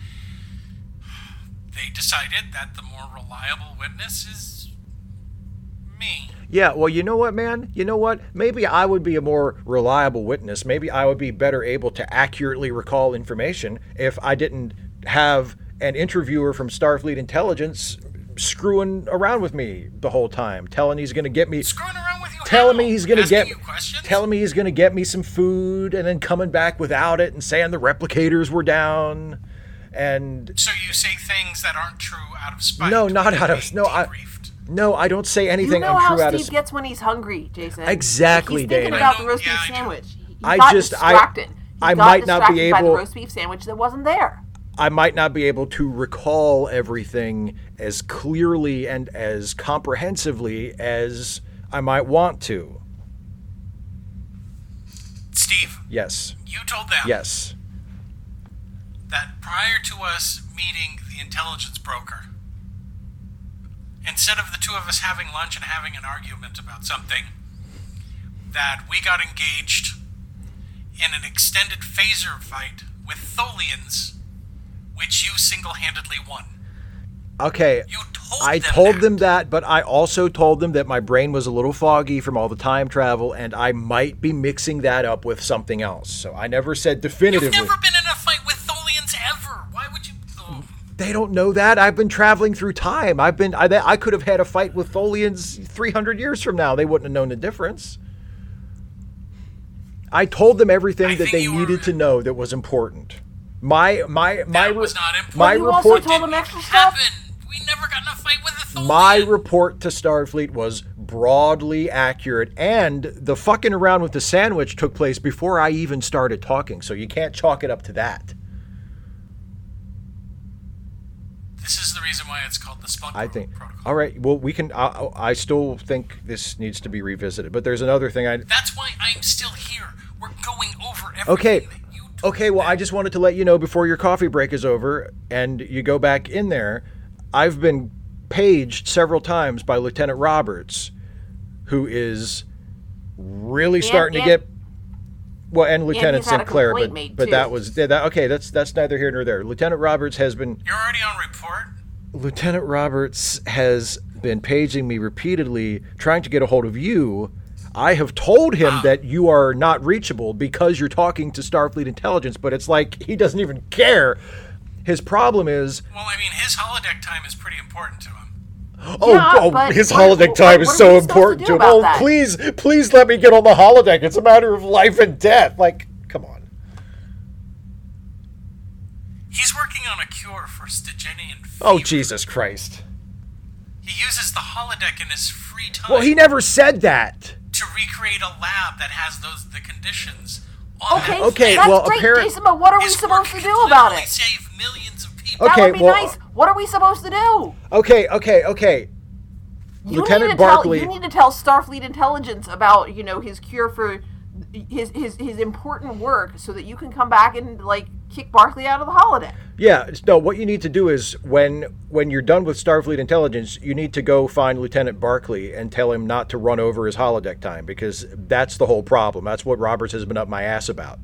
[SPEAKER 3] they decided that the more reliable witness is me.
[SPEAKER 2] Yeah, well, you know what, man? You know what? Maybe I would be a more reliable witness. Maybe I would be better able to accurately recall information if I didn't have an interviewer from Starfleet Intelligence screwing around with me the whole time, telling he's going to get me
[SPEAKER 3] Screwing around with you.
[SPEAKER 2] telling me
[SPEAKER 3] how?
[SPEAKER 2] he's going to
[SPEAKER 3] Asking
[SPEAKER 2] get
[SPEAKER 3] you questions?
[SPEAKER 2] telling me he's going to get me some food and then coming back without it and saying the replicators were down and
[SPEAKER 3] So you say things that aren't true out of spite.
[SPEAKER 2] No, not out of-
[SPEAKER 3] Being
[SPEAKER 2] no, I-
[SPEAKER 3] debriefed.
[SPEAKER 2] no, I don't say anything
[SPEAKER 1] you know how
[SPEAKER 2] untrue out of
[SPEAKER 1] Steve
[SPEAKER 2] sp-
[SPEAKER 1] gets when he's hungry, Jason.
[SPEAKER 2] Exactly,
[SPEAKER 1] He's thinking
[SPEAKER 2] Dana.
[SPEAKER 1] about the roast
[SPEAKER 3] Yeah,
[SPEAKER 1] beef
[SPEAKER 3] I do.
[SPEAKER 1] sandwich. He
[SPEAKER 2] I
[SPEAKER 1] got
[SPEAKER 2] just- I-
[SPEAKER 1] distracted. He
[SPEAKER 2] I
[SPEAKER 1] got
[SPEAKER 2] might not be
[SPEAKER 1] distracted by the
[SPEAKER 2] able-
[SPEAKER 1] roast beef sandwich that wasn't there.
[SPEAKER 2] I might not be able to recall everything as clearly and as comprehensively as I might want to.
[SPEAKER 3] Steve,
[SPEAKER 2] Yes.
[SPEAKER 3] you told them
[SPEAKER 2] Yes.
[SPEAKER 3] that prior to us meeting the intelligence broker, instead of the two of us having lunch and having an argument about something, that we got engaged in an extended phaser fight with Tholians, which you single-handedly won.
[SPEAKER 2] Okay.
[SPEAKER 3] You told
[SPEAKER 2] I
[SPEAKER 3] them
[SPEAKER 2] told
[SPEAKER 3] that.
[SPEAKER 2] them that, but I also told them that my brain was a little foggy from all the time travel and I might be mixing that up with something else. So I never said
[SPEAKER 3] You've
[SPEAKER 2] definitively.
[SPEAKER 3] never been in a fight with Tholians ever. Why would you? Oh.
[SPEAKER 2] They don't know that. I've been traveling through time. I've been I, I could have had a fight with Tholians 300 years from now. They wouldn't have known the difference. I told them everything
[SPEAKER 3] I
[SPEAKER 2] that
[SPEAKER 3] think
[SPEAKER 2] they
[SPEAKER 3] you were-
[SPEAKER 2] needed to know that was important. My my my
[SPEAKER 3] That was not important.
[SPEAKER 2] my
[SPEAKER 3] You
[SPEAKER 1] also
[SPEAKER 2] report
[SPEAKER 1] told them
[SPEAKER 3] Didn't
[SPEAKER 1] extra stuff?
[SPEAKER 3] happen. We never got in a fight with a Tholian.
[SPEAKER 2] my report to Starfleet was broadly accurate and the fucking around with the sandwich took place before I even started talking, so you can't chalk it up to that.
[SPEAKER 3] This is the reason why it's called the Spelunk
[SPEAKER 2] I think.
[SPEAKER 3] Protocol.
[SPEAKER 2] All right. Well, we can. I, I I still think this needs to be revisited. But there's another thing I.
[SPEAKER 3] That's why I'm still here. We're going over everything.
[SPEAKER 2] Okay. Oh.
[SPEAKER 3] that you told
[SPEAKER 2] Okay. Well, I
[SPEAKER 3] them.
[SPEAKER 2] just wanted to let you know before your coffee break is over and you go back in there. I've been paged several times by Lieutenant Roberts, who is really starting to
[SPEAKER 1] and-
[SPEAKER 2] get. Well, and Lieutenant
[SPEAKER 1] he's had a
[SPEAKER 2] Sinclair,
[SPEAKER 1] complaint
[SPEAKER 2] but,
[SPEAKER 1] made,
[SPEAKER 2] but
[SPEAKER 1] too.
[SPEAKER 2] that was that. Okay, that's that's neither here nor there. Lieutenant Roberts has been
[SPEAKER 3] You're already on report.
[SPEAKER 2] Lieutenant Roberts has been paging me repeatedly, trying to get a hold of you. I have told him that you are not reachable because you're talking to Starfleet intelligence, but it's like he doesn't even care. His problem is,
[SPEAKER 3] Well, I mean, his holodeck time is pretty important to him.
[SPEAKER 2] oh,
[SPEAKER 1] Yeah,
[SPEAKER 2] oh,
[SPEAKER 1] but
[SPEAKER 2] his
[SPEAKER 1] what-
[SPEAKER 2] holodeck
[SPEAKER 1] what- what
[SPEAKER 2] time is
[SPEAKER 1] are
[SPEAKER 2] so
[SPEAKER 1] we supposed to
[SPEAKER 2] important
[SPEAKER 1] do
[SPEAKER 2] to him.
[SPEAKER 1] about
[SPEAKER 2] Oh,
[SPEAKER 1] that?
[SPEAKER 2] please, please let me get on the holodeck. It's a matter of life and death. Like, come on.
[SPEAKER 3] He's working on a cure for Stygian fever.
[SPEAKER 2] Oh, Jesus Christ.
[SPEAKER 3] He uses the holodeck in his free time
[SPEAKER 2] Well, he never said that.
[SPEAKER 3] to recreate a lab that has those the conditions. On
[SPEAKER 1] Okay,
[SPEAKER 3] it.
[SPEAKER 2] Okay,
[SPEAKER 1] that's
[SPEAKER 2] well,
[SPEAKER 1] great,
[SPEAKER 2] apparent-
[SPEAKER 1] Jason, but what are we
[SPEAKER 3] His work
[SPEAKER 1] supposed to
[SPEAKER 3] could
[SPEAKER 1] do about
[SPEAKER 3] literally
[SPEAKER 1] it?
[SPEAKER 3] Save millions of people.
[SPEAKER 1] That
[SPEAKER 2] Okay,
[SPEAKER 1] would be
[SPEAKER 2] well-
[SPEAKER 1] nice. What are we supposed to do?
[SPEAKER 2] Okay, okay, okay.
[SPEAKER 1] You
[SPEAKER 2] Lieutenant
[SPEAKER 1] need to tell,
[SPEAKER 2] Barclay-
[SPEAKER 1] You need to tell Starfleet intelligence about you know his cure for his his his important work, so that you can come back and like kick Barkley out of the holodeck.
[SPEAKER 2] Yeah, it's- no. What you need to do is when when you're done with Starfleet intelligence, you need to go find Lieutenant Barclay and tell him not to run over his holodeck time because that's the whole problem. That's what Roberts has been up my ass about.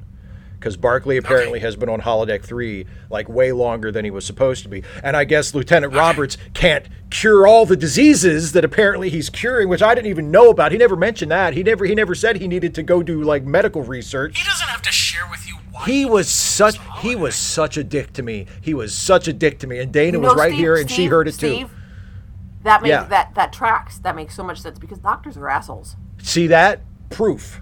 [SPEAKER 2] Because Barclay apparently has been on holodeck three like way longer than he was supposed to be, and I guess Lieutenant Roberts can't cure all the diseases that apparently he's curing, which I didn't even know about. He never mentioned that. He never he never said he needed to go do like medical research
[SPEAKER 3] He doesn't have to share with you why.
[SPEAKER 2] he was such he
[SPEAKER 3] holodeck.
[SPEAKER 2] was such a dick to me. He was such a dick to me, and Dana
[SPEAKER 1] You
[SPEAKER 2] was
[SPEAKER 1] know,
[SPEAKER 2] right
[SPEAKER 1] Steve-
[SPEAKER 2] here, and she
[SPEAKER 1] Steve-
[SPEAKER 2] heard it
[SPEAKER 1] Steve, That makes
[SPEAKER 2] Yeah.
[SPEAKER 1] that that tracks. That makes so much sense because doctors are assholes.
[SPEAKER 2] too. See that proof?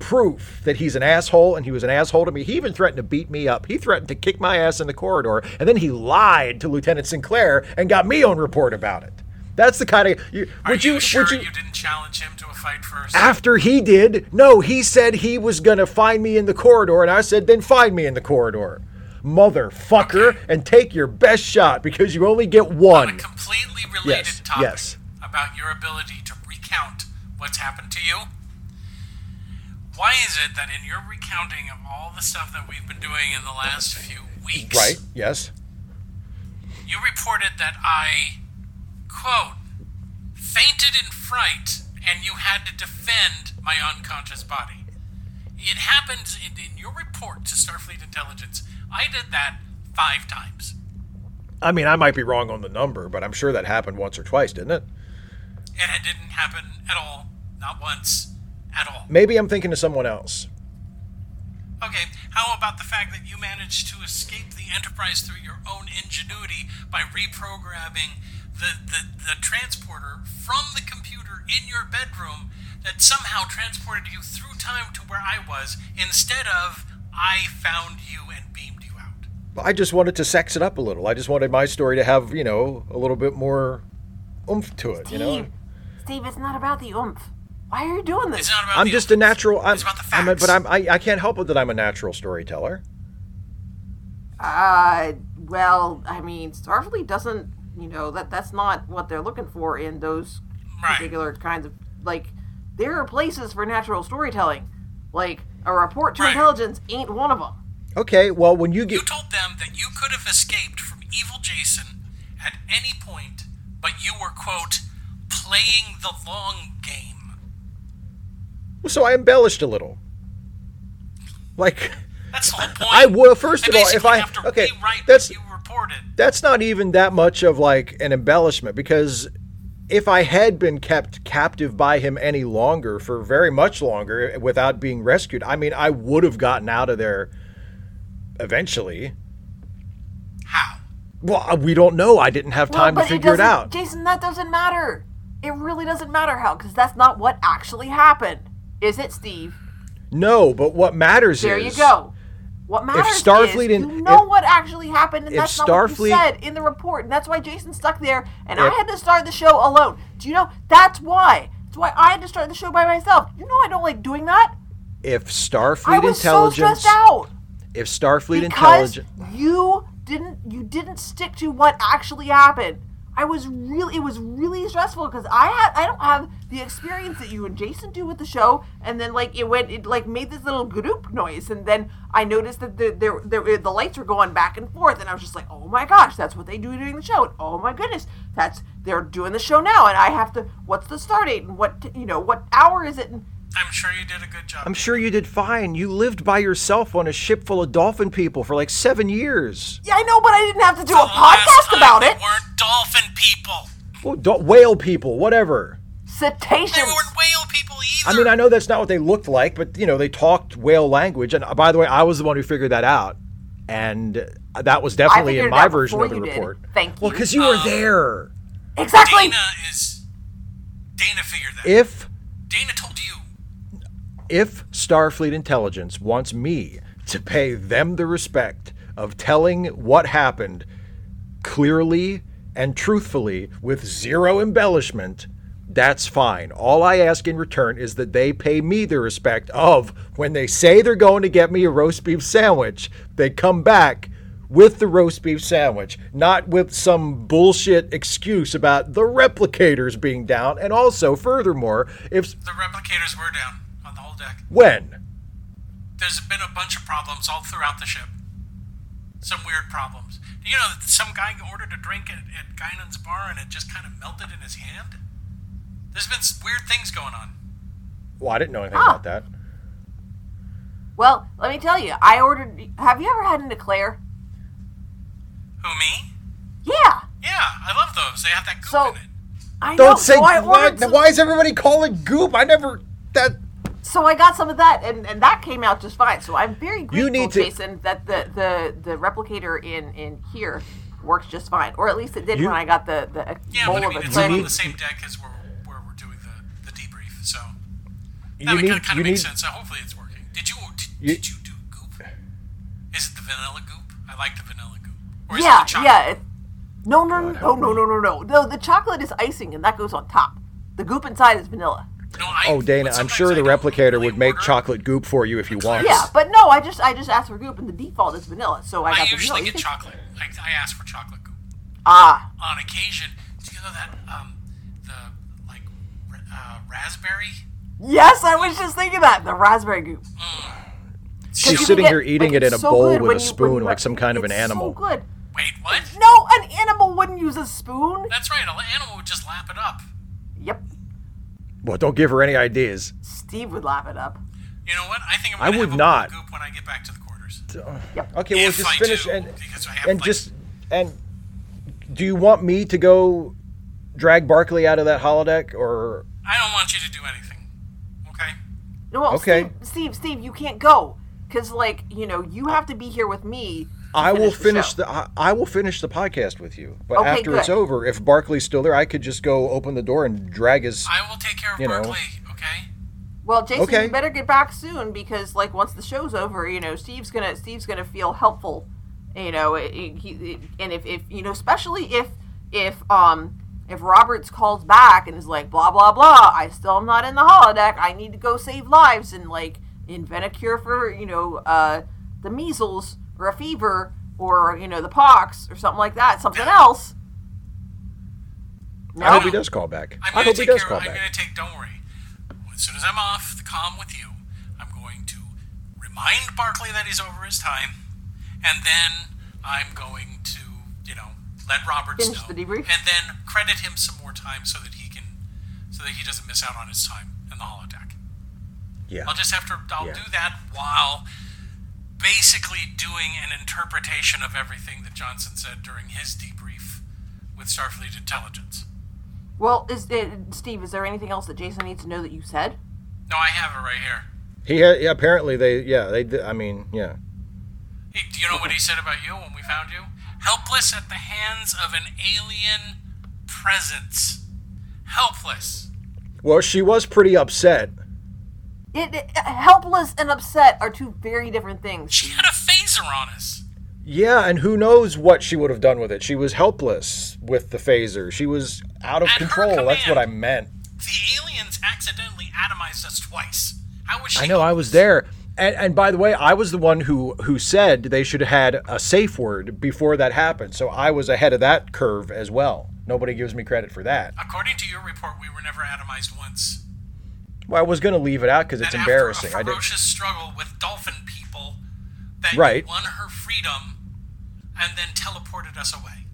[SPEAKER 2] proof that he's an asshole and he was an asshole to me. He even threatened to beat me up. He threatened to kick my ass in the corridor, and then he lied to Lieutenant Sinclair and got me on report about it. That's the kind of you,
[SPEAKER 3] Are
[SPEAKER 2] would
[SPEAKER 3] you,
[SPEAKER 2] you
[SPEAKER 3] sure
[SPEAKER 2] would
[SPEAKER 3] you didn't challenge him to a fight first?
[SPEAKER 2] after he did, no, he said he was going to find me in the corridor, and I said, then find me in the corridor. Motherfucker, and take your best shot because you only get
[SPEAKER 3] on a
[SPEAKER 2] one.
[SPEAKER 3] completely related
[SPEAKER 2] Yes,
[SPEAKER 3] topic
[SPEAKER 2] yes.
[SPEAKER 3] about your ability to recount what's happened to you. Why is it that in your recounting of all the stuff that we've been doing in the last few weeks,
[SPEAKER 2] Right? Yes.
[SPEAKER 3] you reported that I, quote, fainted in fright and you had to defend my unconscious body? It happens in, in your report to Starfleet Intelligence. I did that five times.
[SPEAKER 2] I mean, I might be wrong on the number, but I'm sure that happened once or twice, didn't it?
[SPEAKER 3] And it didn't happen at all. Not once. At all.
[SPEAKER 2] Maybe I'm thinking of someone else.
[SPEAKER 3] Okay, how about the fact that you managed to escape the Enterprise through your own ingenuity by reprogramming the, the, the transporter from the computer in your bedroom that somehow transported you through time to where I was instead of I found you and beamed you out?
[SPEAKER 2] I just wanted to sex it up a little. I just wanted my story to have, you know, a little bit more oomph to it, you know?
[SPEAKER 1] Steve, Steve, it's not about the oomph. Why are you doing this?
[SPEAKER 3] It's not about
[SPEAKER 2] I'm
[SPEAKER 3] the-
[SPEAKER 2] just a natural. I'm,
[SPEAKER 3] It's about the
[SPEAKER 2] I'm a, but
[SPEAKER 3] facts.
[SPEAKER 2] I'm, I, I can't help it that I'm a natural storyteller.
[SPEAKER 1] Uh, well, I mean, Starfleet doesn't, you know, that that's not what they're looking for in those
[SPEAKER 3] Right.
[SPEAKER 1] particular kinds of like. There are places for natural storytelling, like a report to
[SPEAKER 3] Right.
[SPEAKER 1] intelligence ain't one of them.
[SPEAKER 2] Okay, well, when you get.
[SPEAKER 3] You told them that you could have escaped from evil Jason at any point, but you were, quote, playing the long game.
[SPEAKER 2] So I embellished a little. Like
[SPEAKER 3] That's the whole point.
[SPEAKER 2] I will. First
[SPEAKER 3] I
[SPEAKER 2] of all, if
[SPEAKER 3] basically
[SPEAKER 2] I
[SPEAKER 3] have to
[SPEAKER 2] okay,
[SPEAKER 3] rewrite
[SPEAKER 2] that's
[SPEAKER 3] what you reported.
[SPEAKER 2] that's not even that much of like an embellishment because if I had been kept captive by him any longer for very much longer without being rescued, I mean, I would have gotten out of there eventually.
[SPEAKER 3] How?
[SPEAKER 2] Well, uh, we don't know. I didn't have time
[SPEAKER 1] well,
[SPEAKER 2] to
[SPEAKER 1] but
[SPEAKER 2] figure it,
[SPEAKER 1] doesn't-
[SPEAKER 2] out.
[SPEAKER 1] Jason, that doesn't matter. It really doesn't matter how, because that's not what actually happened, is it, Steve?
[SPEAKER 2] No, but what matters
[SPEAKER 1] There
[SPEAKER 2] is
[SPEAKER 1] you go. What matters
[SPEAKER 2] Starfleet
[SPEAKER 1] is
[SPEAKER 2] in-
[SPEAKER 1] you know
[SPEAKER 2] if-
[SPEAKER 1] what actually happened, and
[SPEAKER 2] if
[SPEAKER 1] that's not what you
[SPEAKER 2] Starfleet-
[SPEAKER 1] said in the report, and that's why Jason stuck there, and I
[SPEAKER 2] If-
[SPEAKER 1] had to start the show alone. Do you know? That's why. That's why I had to start the show by myself. You know I don't like doing that.
[SPEAKER 2] If
[SPEAKER 1] I
[SPEAKER 2] Starfleet
[SPEAKER 1] was so
[SPEAKER 2] intelligence,
[SPEAKER 1] stressed out
[SPEAKER 2] if Starfleet
[SPEAKER 1] because
[SPEAKER 2] intelligence,
[SPEAKER 1] you didn't you didn't stick to what actually happened. I was really it was really stressful because I had I don't have the experience that you and Jason do with the show, and then like it went it like made this little group noise, and then I noticed that the there there the lights were going back and forth, and I was just like, oh my gosh, that's what they do during the show. And, oh my goodness, that's they're doing the show now, and I have to what's the start date and what you know what hour is it? And
[SPEAKER 3] I'm sure you did a good job.
[SPEAKER 2] I'm sure you did fine. You lived by yourself on a ship full of dolphin people for like seven years.
[SPEAKER 1] yeah, I know, but I didn't have to do
[SPEAKER 3] The
[SPEAKER 1] a
[SPEAKER 3] last
[SPEAKER 1] podcast
[SPEAKER 3] time
[SPEAKER 1] about
[SPEAKER 3] they
[SPEAKER 1] it.
[SPEAKER 3] weren't dolphin people.
[SPEAKER 2] Well, do- whale people, whatever.
[SPEAKER 1] Cetaceans.
[SPEAKER 3] They weren't whale people either.
[SPEAKER 2] I mean, I know that's not what they looked like, but you know, they talked whale language. And uh, by the way, I was the one who figured that out, and uh, that was definitely in
[SPEAKER 1] figured it
[SPEAKER 2] my
[SPEAKER 1] out
[SPEAKER 2] version
[SPEAKER 1] before
[SPEAKER 2] of the
[SPEAKER 1] you did.
[SPEAKER 2] report.
[SPEAKER 1] Thank
[SPEAKER 2] Well,
[SPEAKER 1] you. Um,
[SPEAKER 2] because you were there.
[SPEAKER 1] Exactly.
[SPEAKER 3] Dana is. Dana figured that.
[SPEAKER 2] If
[SPEAKER 3] Dana told you.
[SPEAKER 2] if Starfleet intelligence wants me to pay them the respect of telling what happened clearly and truthfully with zero embellishment, that's fine. All I ask in return is that they pay me the respect of when they say they're going to get me a roast beef sandwich, they come back with the roast beef sandwich, not with some bullshit excuse about the replicators being down. And also, furthermore, if
[SPEAKER 3] The replicators were down on the whole deck.
[SPEAKER 2] when
[SPEAKER 3] There's been a bunch of problems all throughout the ship. Some weird problems. Do you know that some guy ordered a drink at, at Guinan's bar and it just kind of melted in his hand? There's been s- weird things going on.
[SPEAKER 2] Well, I didn't know anything
[SPEAKER 1] Ah.
[SPEAKER 2] about that.
[SPEAKER 1] Well, let me tell you, I ordered. Have you ever had an eclair?
[SPEAKER 3] Who, me?
[SPEAKER 1] Yeah.
[SPEAKER 3] Yeah, I love those. They have that goop
[SPEAKER 1] So-
[SPEAKER 3] in it.
[SPEAKER 1] I
[SPEAKER 2] Don't
[SPEAKER 1] know.
[SPEAKER 2] say
[SPEAKER 1] so I
[SPEAKER 2] why,
[SPEAKER 1] ordered some-
[SPEAKER 2] why is everybody calling goop? I never that
[SPEAKER 1] So I got some of that, and, and that came out just fine. So I'm very grateful,
[SPEAKER 2] need to-
[SPEAKER 1] Jason, that the, the, the replicator in, in here works just fine, or at least it did
[SPEAKER 2] You-
[SPEAKER 1] when I got the the
[SPEAKER 3] Yeah,
[SPEAKER 1] bowl
[SPEAKER 3] but I
[SPEAKER 1] of
[SPEAKER 3] mean, it's
[SPEAKER 1] eclair.
[SPEAKER 3] all on the same deck as where, where we're doing the, the debrief, so. That
[SPEAKER 2] you
[SPEAKER 3] would
[SPEAKER 2] need
[SPEAKER 3] kind
[SPEAKER 2] you
[SPEAKER 3] of
[SPEAKER 2] need
[SPEAKER 3] makes sense. So hopefully it's working. Did you did,
[SPEAKER 2] You-
[SPEAKER 3] did you do goop? Is it the vanilla goop? I like the vanilla goop. Or is
[SPEAKER 1] Yeah,
[SPEAKER 3] it the chocolate?
[SPEAKER 1] yeah. it- No, no, no, no, no, no, no, no. The, the chocolate is icing, and that goes on top. The goop inside is vanilla.
[SPEAKER 3] No, I,
[SPEAKER 2] Oh, Dana,
[SPEAKER 3] but
[SPEAKER 2] I'm
[SPEAKER 3] sometimes
[SPEAKER 2] sure
[SPEAKER 3] I
[SPEAKER 2] the
[SPEAKER 3] don't
[SPEAKER 2] replicator
[SPEAKER 3] really
[SPEAKER 2] would make
[SPEAKER 3] order.
[SPEAKER 2] chocolate goop for you if you want.
[SPEAKER 1] Yeah, but no, I just I just asked for goop, and the default is vanilla, so I got
[SPEAKER 3] I
[SPEAKER 1] the vanilla.
[SPEAKER 3] usually
[SPEAKER 1] You
[SPEAKER 3] get
[SPEAKER 1] can-
[SPEAKER 3] chocolate. I, I ask for chocolate goop.
[SPEAKER 1] Ah,
[SPEAKER 3] on occasion. Do you know that um, the like ra- uh, raspberry?
[SPEAKER 1] yes, I was just thinking that the raspberry goop.
[SPEAKER 3] Mm.
[SPEAKER 2] She's
[SPEAKER 1] You
[SPEAKER 3] Shoot.
[SPEAKER 1] sit-
[SPEAKER 2] sitting
[SPEAKER 1] get-
[SPEAKER 2] here eating
[SPEAKER 1] like,
[SPEAKER 2] it in a
[SPEAKER 1] it's so
[SPEAKER 2] bowl
[SPEAKER 1] good
[SPEAKER 2] with
[SPEAKER 1] when
[SPEAKER 2] a
[SPEAKER 1] you-
[SPEAKER 2] spoon,
[SPEAKER 1] when you-
[SPEAKER 2] like some kind of an
[SPEAKER 1] it's
[SPEAKER 2] animal.
[SPEAKER 1] So good.
[SPEAKER 3] Wait, what?
[SPEAKER 1] No, an animal wouldn't use a spoon.
[SPEAKER 3] That's right. An animal would just lap it up.
[SPEAKER 1] Yep,
[SPEAKER 2] Well, don't give her any ideas.
[SPEAKER 1] Steve would laugh it up.
[SPEAKER 3] You know what? I think I'm
[SPEAKER 2] I
[SPEAKER 3] gonna
[SPEAKER 2] would
[SPEAKER 3] have a
[SPEAKER 2] not.
[SPEAKER 3] goop when I get back to the quarters.
[SPEAKER 2] Okay, well,
[SPEAKER 3] If
[SPEAKER 2] just
[SPEAKER 3] I
[SPEAKER 2] finish
[SPEAKER 3] do,
[SPEAKER 2] and
[SPEAKER 3] because I have,
[SPEAKER 2] and
[SPEAKER 3] like-
[SPEAKER 2] just and do you want me to go drag Barkley out of that holodeck or
[SPEAKER 3] I don't want you to do anything. Okay.
[SPEAKER 1] No, well,
[SPEAKER 2] Okay.
[SPEAKER 1] Steve, Steve, Steve, you can't go because, like, you know, you have to be here with me. to
[SPEAKER 2] I will finish
[SPEAKER 1] show.
[SPEAKER 2] the, I, I will finish the podcast with you. But
[SPEAKER 1] Okay,
[SPEAKER 2] after it's
[SPEAKER 1] good.
[SPEAKER 2] over, if Barkley's still there, I could just go open the door and drag his
[SPEAKER 3] I will take care of
[SPEAKER 2] You know.
[SPEAKER 3] Barkley. Okay.
[SPEAKER 1] Well, Jason,
[SPEAKER 2] Okay.
[SPEAKER 1] you better get back soon because, like, once the show's over, you know, Steve's gonna Steve's gonna feel helpful, you know, it- it- he- it- and if, if you know, especially if if um if Roberts calls back and is like blah blah blah, I still am not in the holodeck. I need to go save lives and like invent a cure for you know uh the measles or a fever or you know the pox or something like that, something else.
[SPEAKER 2] I hope
[SPEAKER 1] No.
[SPEAKER 2] he does call back.
[SPEAKER 3] I'm
[SPEAKER 2] I
[SPEAKER 3] gonna
[SPEAKER 2] hope he
[SPEAKER 3] take
[SPEAKER 2] does
[SPEAKER 3] care.
[SPEAKER 2] call
[SPEAKER 3] Of, I'm
[SPEAKER 2] back.
[SPEAKER 3] gonna take. Don't worry. As soon as I'm off the comm with you, I'm going to remind Barkley that he's over his time, and then I'm going to, you know, let Roberts
[SPEAKER 1] Finish
[SPEAKER 3] know,
[SPEAKER 1] the debrief?
[SPEAKER 3] and then credit him some more time so that he can, so that he doesn't miss out on his time in the holodeck.
[SPEAKER 2] Yeah.
[SPEAKER 3] I'll just have to. I'll
[SPEAKER 2] Yeah.
[SPEAKER 3] do that while basically doing an interpretation of everything that Johnson said during his debrief with Starfleet Intelligence.
[SPEAKER 1] Well, is uh, Steve? Is there anything else that Jason needs to know that you said?
[SPEAKER 3] No, I have it right here.
[SPEAKER 2] He ha- yeah, apparently they yeah they d- I mean yeah
[SPEAKER 3] Hey, do you know what he said about you when we found you? Helpless at the hands of an alien presence. Helpless.
[SPEAKER 2] well she was pretty upset
[SPEAKER 1] It, it- helpless and upset are two very different things.
[SPEAKER 3] She had a phaser on us.
[SPEAKER 2] yeah and who knows what she would have done with it she was helpless with the phaser she was out of
[SPEAKER 3] At her
[SPEAKER 2] control that's what I
[SPEAKER 3] command.
[SPEAKER 2] meant
[SPEAKER 3] The aliens accidentally atomized us twice. How was she?
[SPEAKER 2] I know I was there and and by the way I was the one who who said they should have had a safe word before that happened so I was ahead of that curve as well nobody gives me credit for that
[SPEAKER 3] According to your report, we were never atomized once.
[SPEAKER 2] well I was gonna leave it out because it's
[SPEAKER 3] and
[SPEAKER 2] embarrassing
[SPEAKER 3] After a
[SPEAKER 2] I did
[SPEAKER 3] ferocious struggle with dolphin people, that you
[SPEAKER 2] Right.
[SPEAKER 3] won her freedom, and then teleported us away.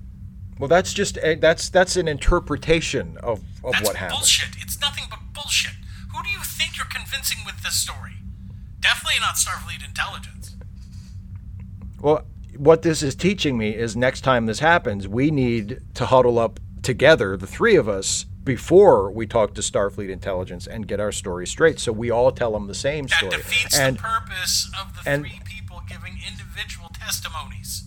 [SPEAKER 2] well that's just a, that's that's an interpretation of of
[SPEAKER 3] That's
[SPEAKER 2] what happened.
[SPEAKER 3] bullshit. It's nothing but bullshit. Who do you think you're convincing with this story? Definitely not Starfleet intelligence.
[SPEAKER 2] Well, what this is teaching me is next time this happens, we need to huddle up together, the three of us, before we talk to Starfleet intelligence and get our story straight, so we all tell them the same
[SPEAKER 3] That
[SPEAKER 2] story.
[SPEAKER 3] defeats
[SPEAKER 2] And
[SPEAKER 3] the purpose of the
[SPEAKER 2] and-
[SPEAKER 3] three people giving individual testimonies.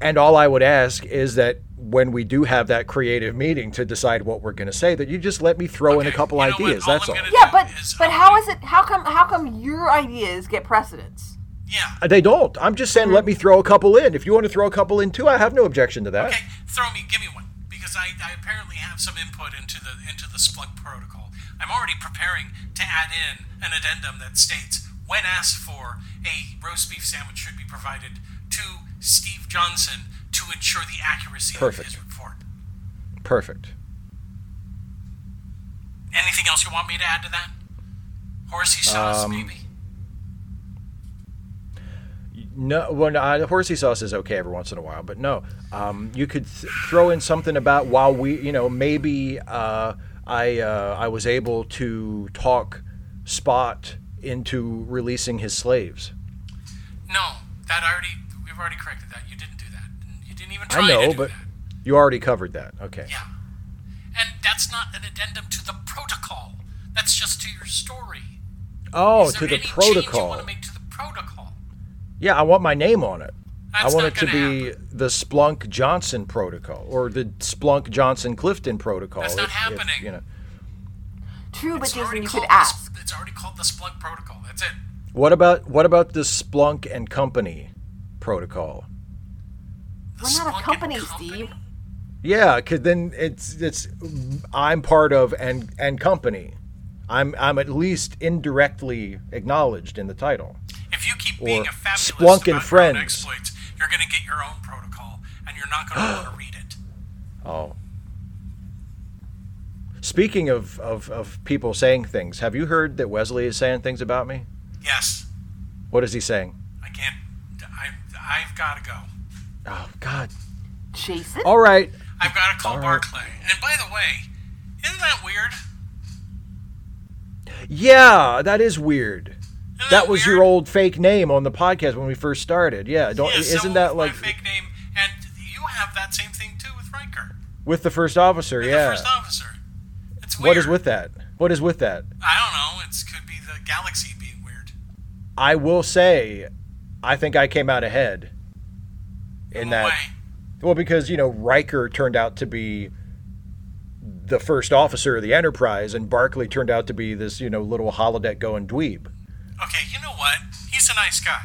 [SPEAKER 2] and all I would ask is that when we do have that creative meeting to decide what we're going to say, that you just let me throw in a
[SPEAKER 3] Okay,
[SPEAKER 2] couple
[SPEAKER 3] you know what?
[SPEAKER 2] ideas.
[SPEAKER 3] All
[SPEAKER 2] That's
[SPEAKER 3] I'm
[SPEAKER 2] all.
[SPEAKER 3] gonna
[SPEAKER 1] Yeah,
[SPEAKER 3] do
[SPEAKER 1] but
[SPEAKER 3] is-
[SPEAKER 1] but how is it? How come? How come your ideas get precedence?
[SPEAKER 3] Yeah.
[SPEAKER 2] Uh, They don't. I'm just saying, let me throw a couple in. If you want to throw a couple in too, I have no objection to that.
[SPEAKER 3] Okay, throw me, give me one, because I, I apparently have some input into the into the Splunk protocol. I'm already preparing to add in an addendum that states when asked for, a roast beef sandwich should be provided to Steve Johnson to ensure the accuracy
[SPEAKER 2] Perfect.
[SPEAKER 3] of his report.
[SPEAKER 2] Perfect.
[SPEAKER 3] Anything else you want me to add to that? Horsey sauce,
[SPEAKER 2] Um,
[SPEAKER 3] maybe.
[SPEAKER 2] No, well, no, uh, horsey sauce is okay every once in a while, but no. Um, you could th- throw in something about while we, you know, maybe uh, I uh, I was able to talk Spot into releasing his slaves.
[SPEAKER 3] No, that already we've already corrected that. You didn't do that. You didn't even try
[SPEAKER 2] I
[SPEAKER 3] to
[SPEAKER 2] know,
[SPEAKER 3] do
[SPEAKER 2] but
[SPEAKER 3] that.
[SPEAKER 2] you already covered that. Okay.
[SPEAKER 3] Yeah. And that's not an addendum to the protocol. That's just to your story.
[SPEAKER 2] Oh,
[SPEAKER 3] Is there
[SPEAKER 2] to the
[SPEAKER 3] any Change you want
[SPEAKER 2] protocol.
[SPEAKER 3] to make to the protocol?
[SPEAKER 2] Yeah, I want my name on it.
[SPEAKER 3] That's
[SPEAKER 2] I want
[SPEAKER 3] not
[SPEAKER 2] it to
[SPEAKER 3] gonna
[SPEAKER 2] be the Splunk Johnson protocol or the Splunk Johnson Clifton protocol.
[SPEAKER 3] That's not
[SPEAKER 2] if- if,
[SPEAKER 3] happening.
[SPEAKER 2] you know.
[SPEAKER 1] True, but
[SPEAKER 3] already
[SPEAKER 1] Jason, you could
[SPEAKER 3] called the
[SPEAKER 1] ask.
[SPEAKER 3] sp- It's already called the Splunk Protocol. That's it.
[SPEAKER 2] What about what about the Splunk and Company protocol?
[SPEAKER 3] The
[SPEAKER 1] We're not a
[SPEAKER 3] Splunk and
[SPEAKER 1] company, Steve.
[SPEAKER 2] Yeah, cause then it's it's I'm part of and and company. I'm I'm at least indirectly acknowledged in the title.
[SPEAKER 3] If you keep being
[SPEAKER 2] Or
[SPEAKER 3] a fabulous
[SPEAKER 2] Splunk and
[SPEAKER 3] about your own
[SPEAKER 2] Friends.
[SPEAKER 3] exploits, you're going to get your own protocol, and you're not going to want to read it.
[SPEAKER 2] Oh. Speaking of, of, of people saying things, have you heard that Wesley is saying things about me?
[SPEAKER 3] Yes,
[SPEAKER 2] What is he saying?
[SPEAKER 3] I can't. I, I've got to go.
[SPEAKER 2] Oh God.
[SPEAKER 1] Jason?
[SPEAKER 2] All right.
[SPEAKER 3] I've got to call
[SPEAKER 2] All right.
[SPEAKER 3] Barclay. And by the way, isn't that weird?
[SPEAKER 2] Yeah, that is weird.
[SPEAKER 3] Isn't
[SPEAKER 2] That was
[SPEAKER 3] weird?
[SPEAKER 2] your old fake name on the podcast when we first started. Yeah, don't
[SPEAKER 3] Yeah,
[SPEAKER 2] isn't
[SPEAKER 3] someone
[SPEAKER 2] that
[SPEAKER 3] with my
[SPEAKER 2] like
[SPEAKER 3] fake name? And you have that same thing too with Riker,
[SPEAKER 2] with the first officer?
[SPEAKER 3] You're
[SPEAKER 2] Yeah.
[SPEAKER 3] the first officer. It's weird.
[SPEAKER 2] What is with that? What is with that?
[SPEAKER 3] I don't know. It could be the galaxy being weird.
[SPEAKER 2] I will say, I think I came out ahead in
[SPEAKER 3] Go
[SPEAKER 2] that.
[SPEAKER 3] away.
[SPEAKER 2] Well, because you know Riker turned out to be the first officer of the Enterprise, and Barclay turned out to be this you know little holodeck going dweeb.
[SPEAKER 3] Okay, you know what? He's a nice guy.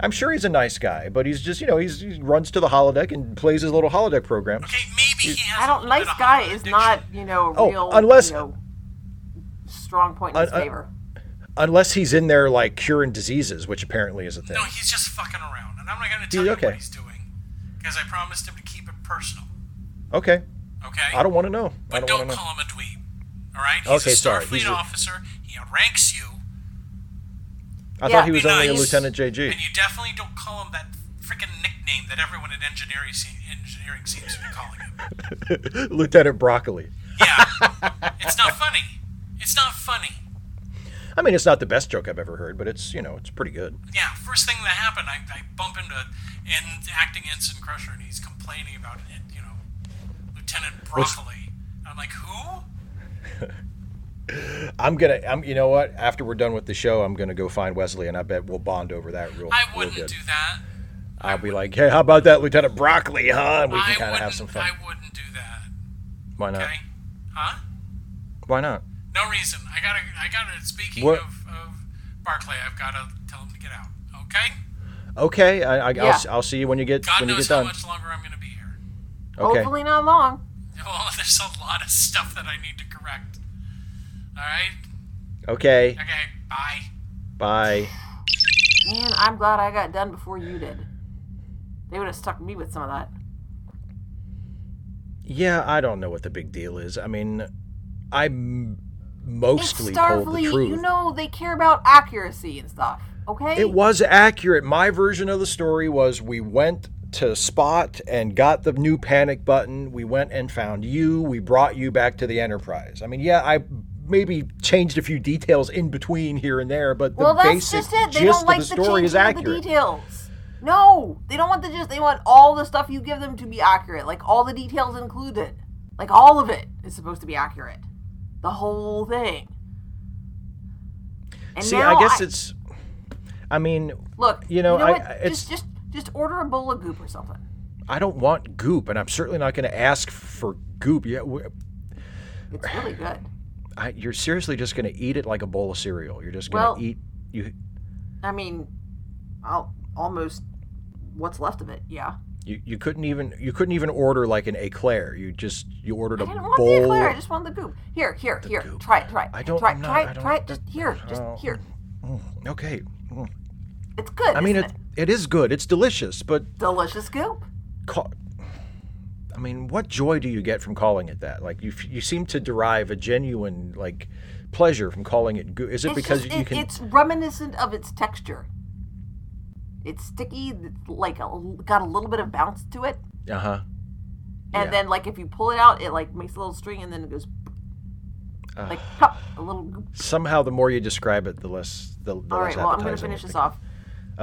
[SPEAKER 2] I'm sure he's a nice guy, but he's just you know he's, he runs to the holodeck and plays his little holodeck program.
[SPEAKER 3] Okay, maybe he has.
[SPEAKER 1] I
[SPEAKER 3] a
[SPEAKER 1] don't.
[SPEAKER 3] little
[SPEAKER 1] Nice
[SPEAKER 3] bit of
[SPEAKER 1] guy
[SPEAKER 3] holiday
[SPEAKER 1] is
[SPEAKER 3] addiction.
[SPEAKER 1] not, you know, a
[SPEAKER 2] Oh,
[SPEAKER 1] real
[SPEAKER 2] unless- Uh,
[SPEAKER 1] you know, strong point in his
[SPEAKER 2] Un- un-
[SPEAKER 1] favor.
[SPEAKER 2] Unless he's in there like curing diseases, which apparently is a thing.
[SPEAKER 3] No, he's just fucking around, and I'm not gonna tell
[SPEAKER 2] He-
[SPEAKER 3] you
[SPEAKER 2] okay.
[SPEAKER 3] what he's doing because I promised him to keep it personal.
[SPEAKER 2] Okay,
[SPEAKER 3] Okay.
[SPEAKER 2] I don't want to know. I don't
[SPEAKER 3] But don't
[SPEAKER 2] want to know.
[SPEAKER 3] call him a dweeb. All right. He's
[SPEAKER 2] Okay,
[SPEAKER 3] a
[SPEAKER 2] sorry.
[SPEAKER 3] Starfleet
[SPEAKER 2] He's a-
[SPEAKER 3] officer. He ranks you,
[SPEAKER 2] I
[SPEAKER 1] Yeah.
[SPEAKER 2] thought he was
[SPEAKER 3] Be
[SPEAKER 2] only a
[SPEAKER 3] nice.
[SPEAKER 2] lieutenant JG.
[SPEAKER 3] and you definitely don't call him that freaking nickname that everyone in engineering se- engineering seems to be calling him.
[SPEAKER 2] lieutenant Broccoli.
[SPEAKER 3] Yeah. it's not funny. It's not funny.
[SPEAKER 2] I mean, it's not the best joke I've ever heard, but it's you know it's pretty good.
[SPEAKER 3] Yeah, first thing that happened, I, I bump into an acting ensign Crusher, and he's complaining about it. You know, Lieutenant Broccoli. I'm like, who?
[SPEAKER 2] I'm gonna. I'm. You know what? After we're done with the show, I'm gonna go find Wesley, and I bet we'll bond over that real.
[SPEAKER 3] I
[SPEAKER 2] real
[SPEAKER 3] wouldn't
[SPEAKER 2] good.
[SPEAKER 3] do that.
[SPEAKER 2] I'll be like, hey, how about that, Lieutenant Broccoli, huh? And we
[SPEAKER 3] I
[SPEAKER 2] can kind
[SPEAKER 3] wouldn't.
[SPEAKER 2] of have some fun. Uh,
[SPEAKER 3] I wouldn't do that.
[SPEAKER 2] Why not?
[SPEAKER 3] Okay. Huh?
[SPEAKER 2] Why not?
[SPEAKER 3] No reason. I gotta. I gotta. Speaking
[SPEAKER 2] What-
[SPEAKER 3] of of Barclay, I've gotta tell him to get out. Okay.
[SPEAKER 2] Okay, I, I,
[SPEAKER 1] Yeah.
[SPEAKER 2] I'll, s- I'll see you when you get
[SPEAKER 3] God
[SPEAKER 2] when you
[SPEAKER 3] knows
[SPEAKER 2] get
[SPEAKER 3] how
[SPEAKER 2] done.
[SPEAKER 3] much longer I'm gonna be here.
[SPEAKER 2] Okay.
[SPEAKER 1] Hopefully not long.
[SPEAKER 3] Oh, there's a lot of stuff that I need to correct. All right.
[SPEAKER 2] Okay.
[SPEAKER 3] Okay. Bye.
[SPEAKER 2] Bye.
[SPEAKER 1] Man, I'm glad I got done before you did. They would have stuck me with some of that.
[SPEAKER 2] Yeah, I don't know what the big deal is. I mean, I m-
[SPEAKER 1] It's
[SPEAKER 2] mostly told the
[SPEAKER 1] Starfleet.
[SPEAKER 2] truth.
[SPEAKER 1] You know they care about accuracy and stuff. Okay.
[SPEAKER 2] It was accurate. My version of the story was we went to Spot and got the new panic button. We went and found you. We brought you back to the Enterprise. I mean, yeah, I maybe changed a few details in between here and there, but the
[SPEAKER 1] well, that's
[SPEAKER 2] basic
[SPEAKER 1] just it. They
[SPEAKER 2] gist
[SPEAKER 1] don't like
[SPEAKER 2] of the
[SPEAKER 1] the
[SPEAKER 2] story
[SPEAKER 1] changing
[SPEAKER 2] is
[SPEAKER 1] of
[SPEAKER 2] accurate.
[SPEAKER 1] the details. No, they don't want the just. They want all the stuff you give them to be accurate. Like all the details included. Like all of it is supposed to be accurate. The whole thing. And
[SPEAKER 2] See,
[SPEAKER 1] now
[SPEAKER 2] I guess it's. I mean,
[SPEAKER 1] look.
[SPEAKER 2] you know, I-
[SPEAKER 1] what?
[SPEAKER 2] I- it's-
[SPEAKER 1] just just just order a bowl of goop or something.
[SPEAKER 2] I don't want goop, and I'm certainly not going to ask for goop. Yeah, w-
[SPEAKER 1] It's really good.
[SPEAKER 2] I, you're seriously just going to eat it like a bowl of cereal. You're just going to
[SPEAKER 1] Well-
[SPEAKER 2] eat. You
[SPEAKER 1] I mean, I'll almost what's left of it. Yeah.
[SPEAKER 2] You, you couldn't even you couldn't even order like an eclair. You just you ordered
[SPEAKER 1] I
[SPEAKER 2] a
[SPEAKER 1] didn't want
[SPEAKER 2] bowl.
[SPEAKER 1] the eclair. I just wanted the goop. Here, here, here.
[SPEAKER 2] goop.
[SPEAKER 1] Try it. Try it.
[SPEAKER 2] I don't-
[SPEAKER 1] Try it.
[SPEAKER 2] I'm not-
[SPEAKER 1] try
[SPEAKER 2] I
[SPEAKER 1] it.
[SPEAKER 2] don't-
[SPEAKER 1] Try it. Just here. Just
[SPEAKER 2] Oh.
[SPEAKER 1] here.
[SPEAKER 2] Mm, okay. Mm.
[SPEAKER 1] It's good.
[SPEAKER 2] I mean
[SPEAKER 1] isn't
[SPEAKER 2] it, it is good. It's delicious, but
[SPEAKER 1] delicious goop.
[SPEAKER 2] ca- I mean, what joy do you get from calling it that? Like you f- you seem to derive a genuine like pleasure from calling it goo. Is it
[SPEAKER 1] It's
[SPEAKER 2] because
[SPEAKER 1] just,
[SPEAKER 2] you
[SPEAKER 1] it-
[SPEAKER 2] can
[SPEAKER 1] it's reminiscent of its texture. It's sticky, like a, got a little bit of bounce to it,
[SPEAKER 2] Uh-huh.
[SPEAKER 1] and
[SPEAKER 2] Yeah.
[SPEAKER 1] then like if you pull it out, it like makes a little string, and then it goes
[SPEAKER 2] Ah.
[SPEAKER 1] like pop, a little. goop.
[SPEAKER 2] Somehow the more you describe it, the less the, the
[SPEAKER 1] All right,
[SPEAKER 2] less
[SPEAKER 1] well I'm gonna
[SPEAKER 2] appetizing
[SPEAKER 1] finish
[SPEAKER 2] it
[SPEAKER 1] this off.
[SPEAKER 2] becomes.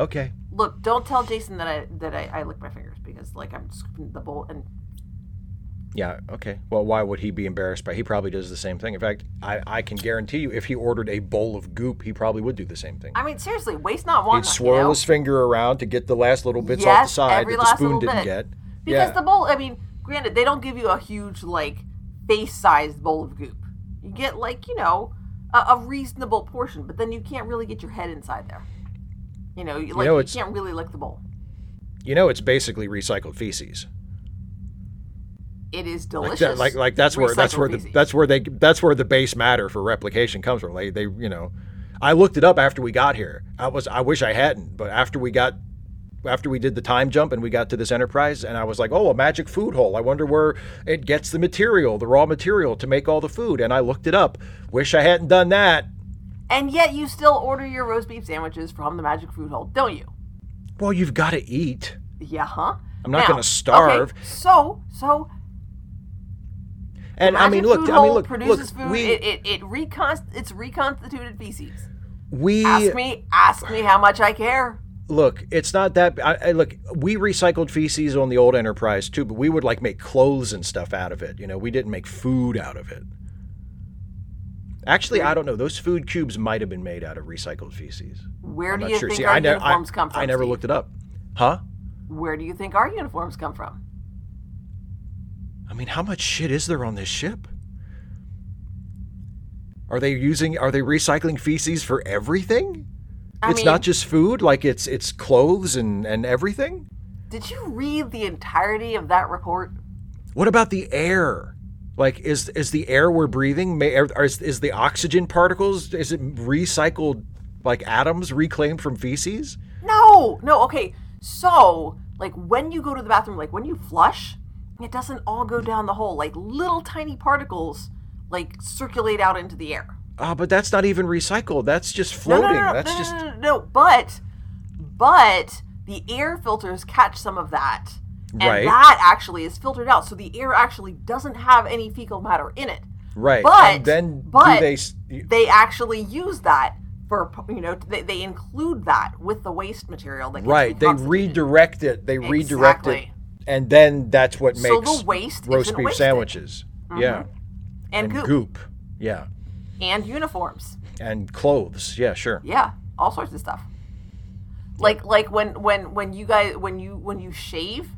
[SPEAKER 2] Okay.
[SPEAKER 1] Look, don't tell Jason that I that I, I lick my fingers because like I'm scooping the bowl and
[SPEAKER 2] Yeah, okay. Well, why would he be embarrassed by? He probably does the same thing. In fact, I, I can guarantee you if he ordered a bowl of goop, he probably would do the same thing.
[SPEAKER 1] I mean seriously, waste not want.
[SPEAKER 2] He'd swirl
[SPEAKER 1] you know?
[SPEAKER 2] his finger around to get the last little bits off
[SPEAKER 1] Yes,
[SPEAKER 2] the side
[SPEAKER 1] every
[SPEAKER 2] that the
[SPEAKER 1] last
[SPEAKER 2] spoon
[SPEAKER 1] little
[SPEAKER 2] didn't
[SPEAKER 1] bit.
[SPEAKER 2] get.
[SPEAKER 1] Because
[SPEAKER 2] yeah.
[SPEAKER 1] the bowl, I mean, granted, they don't give you a huge, like, face sized bowl of goop. You get, like, you know, a, a reasonable portion, but then you can't really get your head inside there. You know, you, like,
[SPEAKER 2] know,
[SPEAKER 1] you
[SPEAKER 2] it's-
[SPEAKER 1] can't really lick the bowl.
[SPEAKER 2] You know, it's basically recycled feces.
[SPEAKER 1] It is
[SPEAKER 2] Like,
[SPEAKER 1] delicious.
[SPEAKER 2] that, like, like that's where that's
[SPEAKER 1] Recycled
[SPEAKER 2] where the,
[SPEAKER 1] feces.
[SPEAKER 2] that's where they that's where the base matter for replication comes from. Like they, you know, I looked it up after we got here. I was I wish I hadn't, but after we got after we did the time jump and we got to this enterprise, and I was like, oh, a magic food hole. I wonder where it gets the material, the raw material to make all the food. And I looked it up. Wish I hadn't done that.
[SPEAKER 1] and yet you still order your roast beef sandwiches from the Magic Food Hole, don't you?
[SPEAKER 2] Well, you've got to eat.
[SPEAKER 1] Yeah, huh?
[SPEAKER 2] I'm not
[SPEAKER 1] Now,
[SPEAKER 2] gonna starve.
[SPEAKER 1] Okay, so, so
[SPEAKER 2] And I mean,
[SPEAKER 1] Magic
[SPEAKER 2] look,
[SPEAKER 1] Food
[SPEAKER 2] I mean,
[SPEAKER 1] Hole
[SPEAKER 2] look,
[SPEAKER 1] produces
[SPEAKER 2] look.
[SPEAKER 1] food.
[SPEAKER 2] we
[SPEAKER 1] it it, it reconst- it's reconstituted feces.
[SPEAKER 2] we
[SPEAKER 1] Ask me, ask me how much I care.
[SPEAKER 2] look, it's not that. I, I, look, we recycled feces on the old Enterprise too, but we would like make clothes and stuff out of it. You know, we didn't make food out of it. Actually, I don't know. Those food cubes might have been made out of recycled feces.
[SPEAKER 1] Where
[SPEAKER 2] I'm
[SPEAKER 1] do
[SPEAKER 2] not
[SPEAKER 1] you
[SPEAKER 2] sure.
[SPEAKER 1] think
[SPEAKER 2] See,
[SPEAKER 1] our
[SPEAKER 2] I, ne- I,
[SPEAKER 1] uniforms come from?
[SPEAKER 2] I never
[SPEAKER 1] Steve?
[SPEAKER 2] looked it up. Huh?
[SPEAKER 1] Where do you think our uniforms come from?
[SPEAKER 2] I mean, how much shit is there on this ship? Are they using? Are they recycling feces for everything?
[SPEAKER 1] I
[SPEAKER 2] it's
[SPEAKER 1] mean,
[SPEAKER 2] not just food. Like it's it's clothes and and everything.
[SPEAKER 1] Did you read the entirety of that report?
[SPEAKER 2] What about the air? Like, is is the air we're breathing? May, are, is, is the oxygen particles? Is it recycled, like atoms reclaimed from feces?
[SPEAKER 1] No, no. Okay, so like when you go to the bathroom, like when you flush, it doesn't all go down the hole. Like little tiny particles, like circulate out into the air.
[SPEAKER 2] Ah, but that's not even recycled. That's just
[SPEAKER 1] No,
[SPEAKER 2] floating.
[SPEAKER 1] No, no, no,
[SPEAKER 2] that's
[SPEAKER 1] no,
[SPEAKER 2] just
[SPEAKER 1] no, no, no, But, but the air filters catch some of that, and
[SPEAKER 2] Right.
[SPEAKER 1] that actually is filtered out. So the air actually doesn't have any fecal matter in it.
[SPEAKER 2] right.
[SPEAKER 1] But
[SPEAKER 2] and then
[SPEAKER 1] but
[SPEAKER 2] do they? s- y-
[SPEAKER 1] they actually use that for you know they, they include that with the waste material that gets
[SPEAKER 2] Right. They
[SPEAKER 1] reconstituted.
[SPEAKER 2] redirect it. They redirect it,
[SPEAKER 1] Exactly.
[SPEAKER 2] and then that's what
[SPEAKER 1] So
[SPEAKER 2] makes
[SPEAKER 1] the waste
[SPEAKER 2] roast
[SPEAKER 1] isn't
[SPEAKER 2] beef
[SPEAKER 1] wasted. Mm-hmm.
[SPEAKER 2] sandwiches. Yeah,
[SPEAKER 1] and,
[SPEAKER 2] and
[SPEAKER 1] goop,
[SPEAKER 2] goop. Yeah,
[SPEAKER 1] and uniforms.
[SPEAKER 2] and clothes. Yeah, sure.
[SPEAKER 1] Yeah, all sorts of stuff. Like like when when when you guys when you when you shave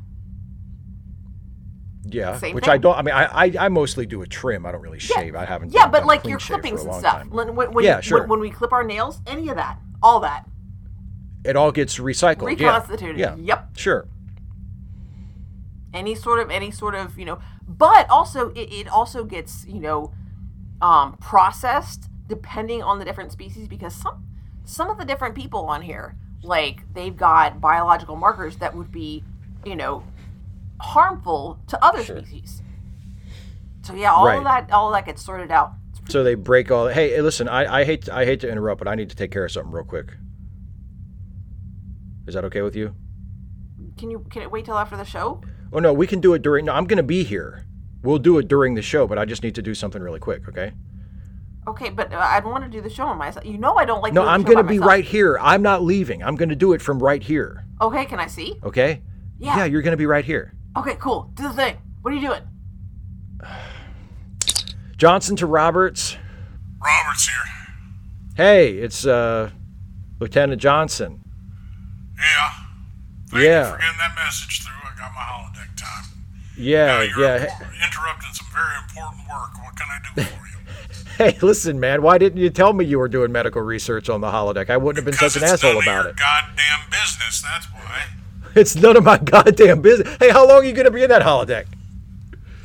[SPEAKER 2] Yeah,
[SPEAKER 1] Same
[SPEAKER 2] which
[SPEAKER 1] thing.
[SPEAKER 2] I don't. I mean, I, I I mostly do a trim. I don't really shave. I haven't.
[SPEAKER 1] Yeah,
[SPEAKER 2] done-
[SPEAKER 1] but
[SPEAKER 2] done
[SPEAKER 1] like
[SPEAKER 2] clean
[SPEAKER 1] your
[SPEAKER 2] shave for a
[SPEAKER 1] clippings and
[SPEAKER 2] long
[SPEAKER 1] stuff.
[SPEAKER 2] time.
[SPEAKER 1] When, when, when,
[SPEAKER 2] Yeah,
[SPEAKER 1] when-
[SPEAKER 2] sure.
[SPEAKER 1] when, we clip our nails, any of that, all that
[SPEAKER 2] It all gets recycled. yeah.
[SPEAKER 1] reconstituted.
[SPEAKER 2] Yeah.
[SPEAKER 1] Yep.
[SPEAKER 2] Sure.
[SPEAKER 1] Any sort of any sort of you know, but also it, it also gets you know, um, processed depending on the different species because some some of the different people on here like they've got biological markers that would be you know harmful to other species. So yeah, all
[SPEAKER 2] Right.
[SPEAKER 1] of that all of that gets sorted out. It's
[SPEAKER 2] So they break all. Hey, listen. I, I hate I hate to interrupt, but I need to take care of something real quick. Is that okay with you?
[SPEAKER 1] Can you can it wait till after the show?
[SPEAKER 2] Oh no, we can do it during. No, I'm going to be here. We'll do it during the show, but I just need to do something really quick. Okay.
[SPEAKER 1] Okay, but uh, I'd want to do the show on myself. You know I don't like.
[SPEAKER 2] No,
[SPEAKER 1] doing the
[SPEAKER 2] I'm
[SPEAKER 1] show by
[SPEAKER 2] going to be
[SPEAKER 1] myself.
[SPEAKER 2] right here. I'm not leaving. I'm going to do it from right here.
[SPEAKER 1] Okay, can I see?
[SPEAKER 2] Okay.
[SPEAKER 1] Yeah.
[SPEAKER 2] Yeah, you're going to be right here.
[SPEAKER 1] Okay, cool. Do the thing. What are you doing?
[SPEAKER 2] Johnson to Roberts.
[SPEAKER 4] Robert's here.
[SPEAKER 2] Hey, it's uh, Lieutenant Johnson.
[SPEAKER 4] Yeah. Thank
[SPEAKER 2] Yeah.
[SPEAKER 4] you for getting that message through. I got my holodeck time.
[SPEAKER 2] Yeah,
[SPEAKER 4] Now you're
[SPEAKER 2] Uh, yeah.
[SPEAKER 4] impor- interrupting some very important work. What can I do for you?
[SPEAKER 2] Hey, listen, man, why didn't you tell me you were doing medical research on the holodeck? I wouldn't have been
[SPEAKER 4] Because
[SPEAKER 2] such an
[SPEAKER 4] it's
[SPEAKER 2] asshole
[SPEAKER 4] none of
[SPEAKER 2] about
[SPEAKER 4] your
[SPEAKER 2] it.
[SPEAKER 4] Goddamn business. That's why.
[SPEAKER 2] It's none of my goddamn business. Hey, how long are you going to be in that holodeck?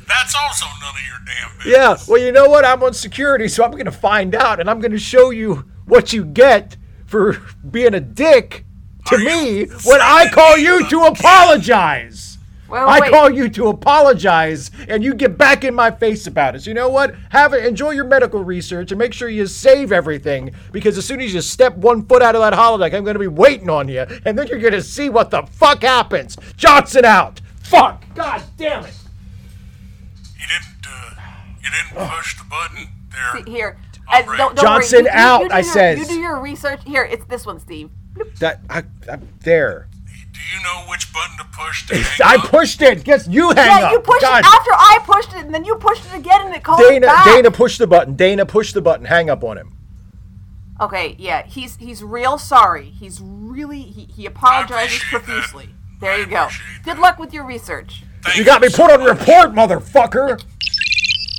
[SPEAKER 4] That's also none of your damn business.
[SPEAKER 2] Yeah, well, you know what? I'm on security, so I'm going to find out and I'm going to show you what you get for being a dick to
[SPEAKER 4] Are you
[SPEAKER 2] me when I call you to apologize.
[SPEAKER 1] Well,
[SPEAKER 2] I
[SPEAKER 1] wait.
[SPEAKER 2] call you to apologize, and you get back in my face about it. So you know what? Have it. Enjoy your medical research, and make sure you save everything. Because as soon as you step one foot out of that holodeck, I'm going to be waiting on you, and then you're going to see what the fuck happens. Johnson out. Fuck. God damn it.
[SPEAKER 4] You didn't. Uh, you didn't push the button there.
[SPEAKER 1] Here.
[SPEAKER 4] All
[SPEAKER 1] Uh,
[SPEAKER 4] right.
[SPEAKER 1] don't, don't
[SPEAKER 2] Johnson
[SPEAKER 1] worry. You- you-
[SPEAKER 2] out,
[SPEAKER 1] you do
[SPEAKER 2] I
[SPEAKER 1] your-
[SPEAKER 2] says.
[SPEAKER 1] You do your research. Here, it's this one, Steve.
[SPEAKER 2] That I, I there.
[SPEAKER 4] Do you know which button to push to hang
[SPEAKER 2] I
[SPEAKER 4] up?
[SPEAKER 2] pushed it. Guess you hang
[SPEAKER 1] yeah,
[SPEAKER 2] up.
[SPEAKER 1] you pushed
[SPEAKER 2] God.
[SPEAKER 1] it after I pushed it, and then you pushed it again, and it called it
[SPEAKER 2] Dana,
[SPEAKER 1] back.
[SPEAKER 2] Dana, push the button. Dana, push the button. Hang up on him.
[SPEAKER 1] Okay, yeah, he's he's real sorry. He's really he, he apologizes
[SPEAKER 4] appreciate that.
[SPEAKER 1] profusely.
[SPEAKER 4] I
[SPEAKER 1] There you go.
[SPEAKER 4] appreciate
[SPEAKER 1] Good luck with your research.
[SPEAKER 4] Thank
[SPEAKER 2] You got me
[SPEAKER 4] so
[SPEAKER 2] put on
[SPEAKER 4] much.
[SPEAKER 2] report, motherfucker.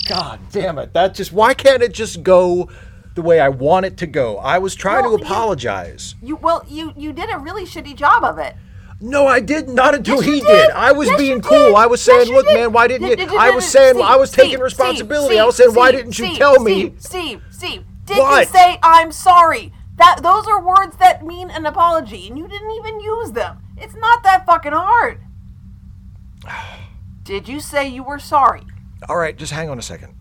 [SPEAKER 2] God damn it. That just why can't it just go the way I want it to go. I was trying
[SPEAKER 1] Well,
[SPEAKER 2] to
[SPEAKER 1] you-
[SPEAKER 2] apologize.
[SPEAKER 1] You well, you you did a really shitty job of it.
[SPEAKER 2] No, I did not until
[SPEAKER 1] Yes, you
[SPEAKER 2] he did.
[SPEAKER 1] did.
[SPEAKER 2] I was
[SPEAKER 1] Yes,
[SPEAKER 2] being
[SPEAKER 1] you
[SPEAKER 2] cool.
[SPEAKER 1] did.
[SPEAKER 2] I was
[SPEAKER 1] Yes,
[SPEAKER 2] saying,
[SPEAKER 1] you
[SPEAKER 2] "Look,
[SPEAKER 1] did.
[SPEAKER 2] man, why didn't
[SPEAKER 1] Did-
[SPEAKER 2] you?"
[SPEAKER 1] did you-
[SPEAKER 2] I
[SPEAKER 1] did
[SPEAKER 2] was
[SPEAKER 1] it-
[SPEAKER 2] saying, I
[SPEAKER 1] Steve,
[SPEAKER 2] was taking
[SPEAKER 1] Steve,
[SPEAKER 2] responsibility.
[SPEAKER 1] Steve,
[SPEAKER 2] I was saying, "Why
[SPEAKER 1] Steve,
[SPEAKER 2] didn't you
[SPEAKER 1] Steve,
[SPEAKER 2] tell me?"
[SPEAKER 1] Steve, Steve, Steve, did
[SPEAKER 2] What?
[SPEAKER 1] you say I'm sorry? That those are words that mean an apology, and you didn't even use them. It's not that fucking hard. Did you say you were sorry?
[SPEAKER 2] All right, just hang on a second.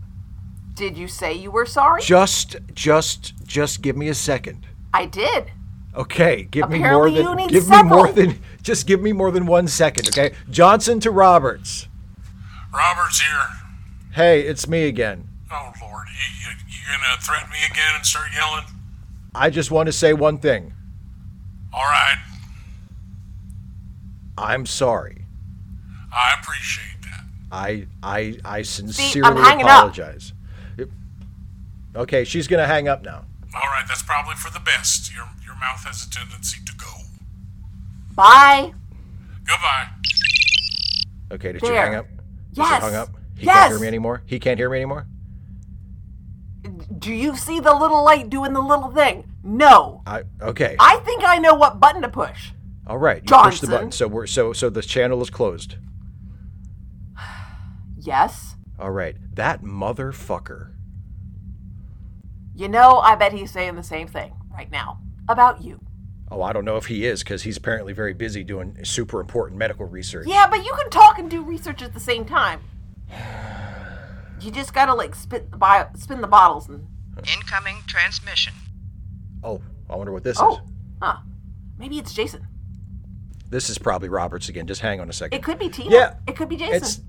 [SPEAKER 1] Did you say you were sorry?
[SPEAKER 2] Just, just, just give me a second.
[SPEAKER 1] I did.
[SPEAKER 2] Okay, give
[SPEAKER 1] Apparently
[SPEAKER 2] me more
[SPEAKER 1] you
[SPEAKER 2] than
[SPEAKER 1] need
[SPEAKER 2] give me
[SPEAKER 1] several.
[SPEAKER 2] more than just give me more than one second, okay? Johnson to Roberts.
[SPEAKER 3] Robert's here.
[SPEAKER 2] Hey, it's me again.
[SPEAKER 3] Oh Lord, you, you, you gonna threaten me again and start yelling?
[SPEAKER 2] I just want to say one thing.
[SPEAKER 3] All right,
[SPEAKER 2] I'm sorry.
[SPEAKER 3] I appreciate that.
[SPEAKER 2] I I I sincerely
[SPEAKER 1] hanging up.
[SPEAKER 2] apologize. It- Okay, she's gonna hang up now.
[SPEAKER 3] All right, that's probably for the best. Your your mouth has a tendency to go.
[SPEAKER 1] Bye.
[SPEAKER 3] Goodbye.
[SPEAKER 2] Okay, did you
[SPEAKER 1] There.
[SPEAKER 2] hang up? Is it
[SPEAKER 1] Yes.
[SPEAKER 2] hung up? He
[SPEAKER 1] yes.
[SPEAKER 2] can't hear me anymore. He can't hear me anymore.
[SPEAKER 1] Do you see the little light doing the little thing? No.
[SPEAKER 2] I okay.
[SPEAKER 1] I think I know what button to push.
[SPEAKER 2] All right, you push the
[SPEAKER 1] Johnson.
[SPEAKER 2] button. So we're so so the channel is closed.
[SPEAKER 1] Yes.
[SPEAKER 2] All right, that motherfucker.
[SPEAKER 1] You know, I bet he's saying the same thing right now about you.
[SPEAKER 2] Oh, I don't know if he is because he's apparently very busy doing super important medical research.
[SPEAKER 1] Yeah, but you can talk and do research at the same time. You just gotta like spit the bio- spin the bottles and
[SPEAKER 5] Incoming transmission.
[SPEAKER 2] Oh, I wonder what this
[SPEAKER 1] oh,
[SPEAKER 2] is.
[SPEAKER 1] huh? Maybe it's Jason.
[SPEAKER 2] This is probably Roberts again. Just hang on a second.
[SPEAKER 1] It could be Tina.
[SPEAKER 2] Yeah,
[SPEAKER 1] It could be Jason.
[SPEAKER 2] it's.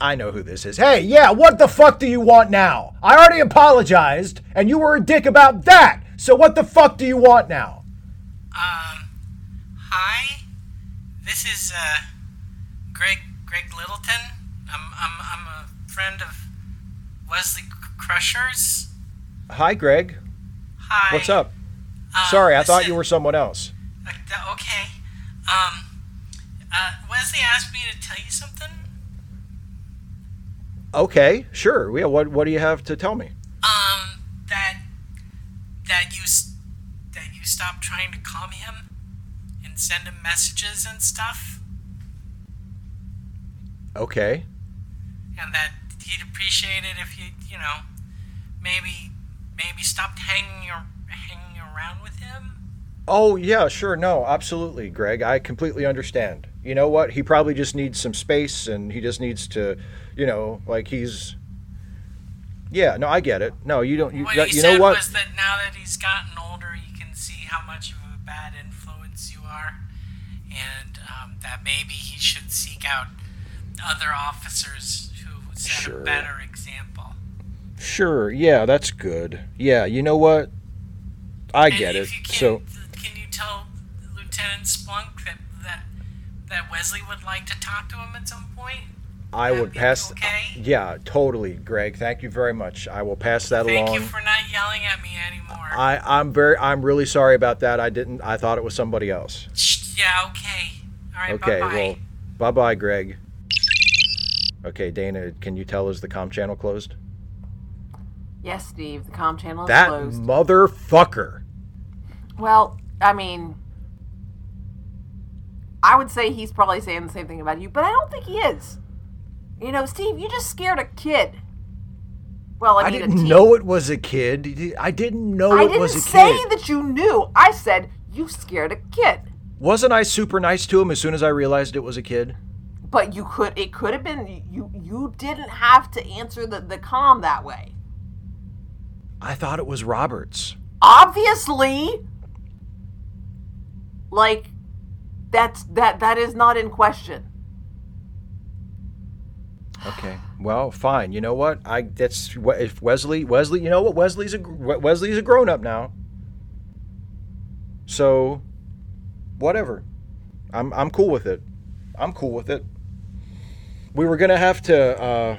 [SPEAKER 2] I know who this is. Hey, yeah, what the fuck do you want now? I already apologized, and you were a dick about that. So what the fuck do you want now?
[SPEAKER 6] Um, hi. This is uh, Greg Greg Littleton. I'm I'm I'm a friend of Wesley Crusher's.
[SPEAKER 2] Hi, Greg.
[SPEAKER 6] Hi.
[SPEAKER 2] What's up?
[SPEAKER 6] Uh,
[SPEAKER 2] Sorry, I thought
[SPEAKER 6] listen-
[SPEAKER 2] you were someone else.
[SPEAKER 6] Uh, th- Okay. Um, uh, Wesley asked me to tell you something.
[SPEAKER 2] Okay, sure. Yeah, what what do you have to tell me?
[SPEAKER 6] Um, that that you s- that you stop trying to calm him and send him messages and stuff,
[SPEAKER 2] Okay.
[SPEAKER 6] and that he'd appreciate it if you you know maybe maybe stopped hanging or hanging around with him.
[SPEAKER 2] Oh, yeah, sure. No, absolutely, Greg. I completely understand. You know what? He probably just needs some space and he just needs to, you know, like he's. Yeah, no, I get it. No, you don't. You,
[SPEAKER 6] What
[SPEAKER 2] that-
[SPEAKER 6] he
[SPEAKER 2] you
[SPEAKER 6] said
[SPEAKER 2] know what?
[SPEAKER 6] was that now that he's gotten older, he can see how much of a bad influence you are, and um, that maybe he should seek out other officers who set
[SPEAKER 2] Sure.
[SPEAKER 6] a better example.
[SPEAKER 2] Sure. Yeah, that's good. Yeah, you know what? I get
[SPEAKER 6] and
[SPEAKER 2] it.
[SPEAKER 6] if You can,
[SPEAKER 2] So,
[SPEAKER 6] can you tell Lieutenant Splunk that that that Wesley would like to talk to him at some point?
[SPEAKER 2] I
[SPEAKER 6] that'd
[SPEAKER 2] would
[SPEAKER 6] be
[SPEAKER 2] pass.
[SPEAKER 6] okay?
[SPEAKER 2] Yeah, totally, Greg. Thank you very much. I will pass that
[SPEAKER 6] Thank
[SPEAKER 2] along.
[SPEAKER 6] you for not yelling at me anymore.
[SPEAKER 2] I, I'm very. I'm really sorry about that. I didn't. I thought it was somebody else.
[SPEAKER 6] Shh, yeah, okay. All right,
[SPEAKER 2] Okay,
[SPEAKER 6] bye-bye.
[SPEAKER 2] well, bye bye, Greg. Okay, Dana, can you tell us the comm channel closed?
[SPEAKER 1] yes, Steve. The comm channel is
[SPEAKER 2] that
[SPEAKER 1] closed.
[SPEAKER 2] motherfucker.
[SPEAKER 1] Well, I mean, I would say he's probably saying the same thing about you, but I don't think he is. You know, Steve, you just scared a kid. Well, I,
[SPEAKER 2] I
[SPEAKER 1] mean, a
[SPEAKER 2] didn't
[SPEAKER 1] teen.
[SPEAKER 2] know it was a kid. I didn't know
[SPEAKER 1] I
[SPEAKER 2] it
[SPEAKER 1] didn't
[SPEAKER 2] was a
[SPEAKER 1] say
[SPEAKER 2] kid.
[SPEAKER 1] that you knew. I said you scared a kid,
[SPEAKER 2] Wasn't I super nice to him as soon as I realized it was a kid?
[SPEAKER 1] but you could. It could have been you. You didn't have to answer the the com that way.
[SPEAKER 2] I thought it was Roberts.
[SPEAKER 1] Obviously, like that's that that is not in question.
[SPEAKER 2] Okay. Well, fine. You know what? I that's we- if Wesley Wesley, you know what? Wesley's a gr- Wesley's a grown up now. So whatever. I'm I'm cool with it. I'm cool with it. We were going to have to uh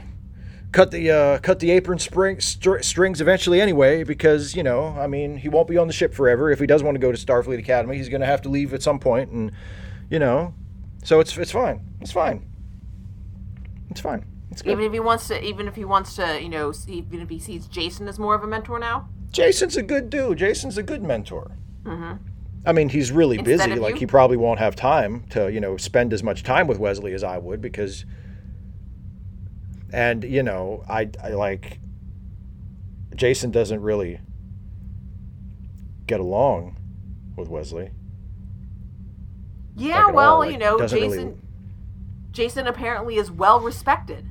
[SPEAKER 2] cut the uh cut the apron spring str- strings eventually anyway because, you know, I mean, he won't be on the ship forever. If he does want to go to Starfleet Academy, he's going to have to leave at some point and you know. So it's it's fine. It's fine. It's fine. It's good.
[SPEAKER 1] Even if he wants to, even if he wants to, you know, see, even if he sees Jason as more of a mentor now.
[SPEAKER 2] Jason's a good dude. Jason's a good mentor. I mean, he's really
[SPEAKER 1] Mm-hmm. Instead
[SPEAKER 2] busy.
[SPEAKER 1] of
[SPEAKER 2] Like
[SPEAKER 1] you?
[SPEAKER 2] he probably won't have time to, you know, spend as much time with Wesley as I would because. And you know, I, I like. Jason doesn't really. Get along, with Wesley.
[SPEAKER 1] Yeah,
[SPEAKER 2] like, at
[SPEAKER 1] well,
[SPEAKER 2] all.
[SPEAKER 1] you
[SPEAKER 2] Like,
[SPEAKER 1] know,
[SPEAKER 2] doesn't
[SPEAKER 1] Jason.
[SPEAKER 2] really-
[SPEAKER 1] Jason apparently is well respected.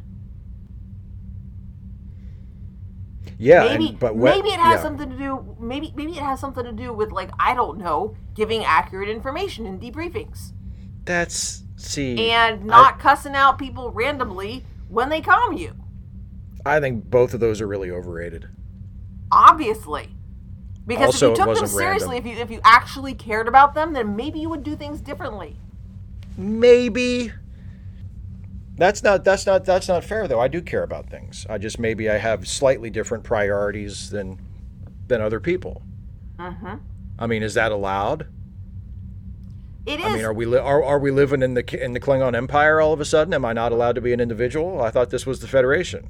[SPEAKER 2] Yeah,
[SPEAKER 1] Maybe,
[SPEAKER 2] and, but we-
[SPEAKER 1] maybe it has
[SPEAKER 2] yeah.
[SPEAKER 1] something to do. Maybe, maybe it has something to do with like I don't know, giving accurate information in debriefings
[SPEAKER 2] That's see.
[SPEAKER 1] and not cussing out people randomly when they calm you.
[SPEAKER 2] I think both of those are really overrated.
[SPEAKER 1] Obviously, because
[SPEAKER 2] Also, it
[SPEAKER 1] if you took them
[SPEAKER 2] wasn't random.
[SPEAKER 1] seriously, if you if you actually cared about them, then maybe you would do things differently.
[SPEAKER 2] Maybe. That's not that's not that's not fair though. I do care about things. I just maybe I have slightly different priorities than than other people.
[SPEAKER 1] Uh-huh.
[SPEAKER 2] I mean, is that allowed?
[SPEAKER 1] It is.
[SPEAKER 2] I mean, are we li- are, are we living in the K- in the Klingon Empire all of a sudden? Am I not allowed to be an individual? I thought this was the Federation.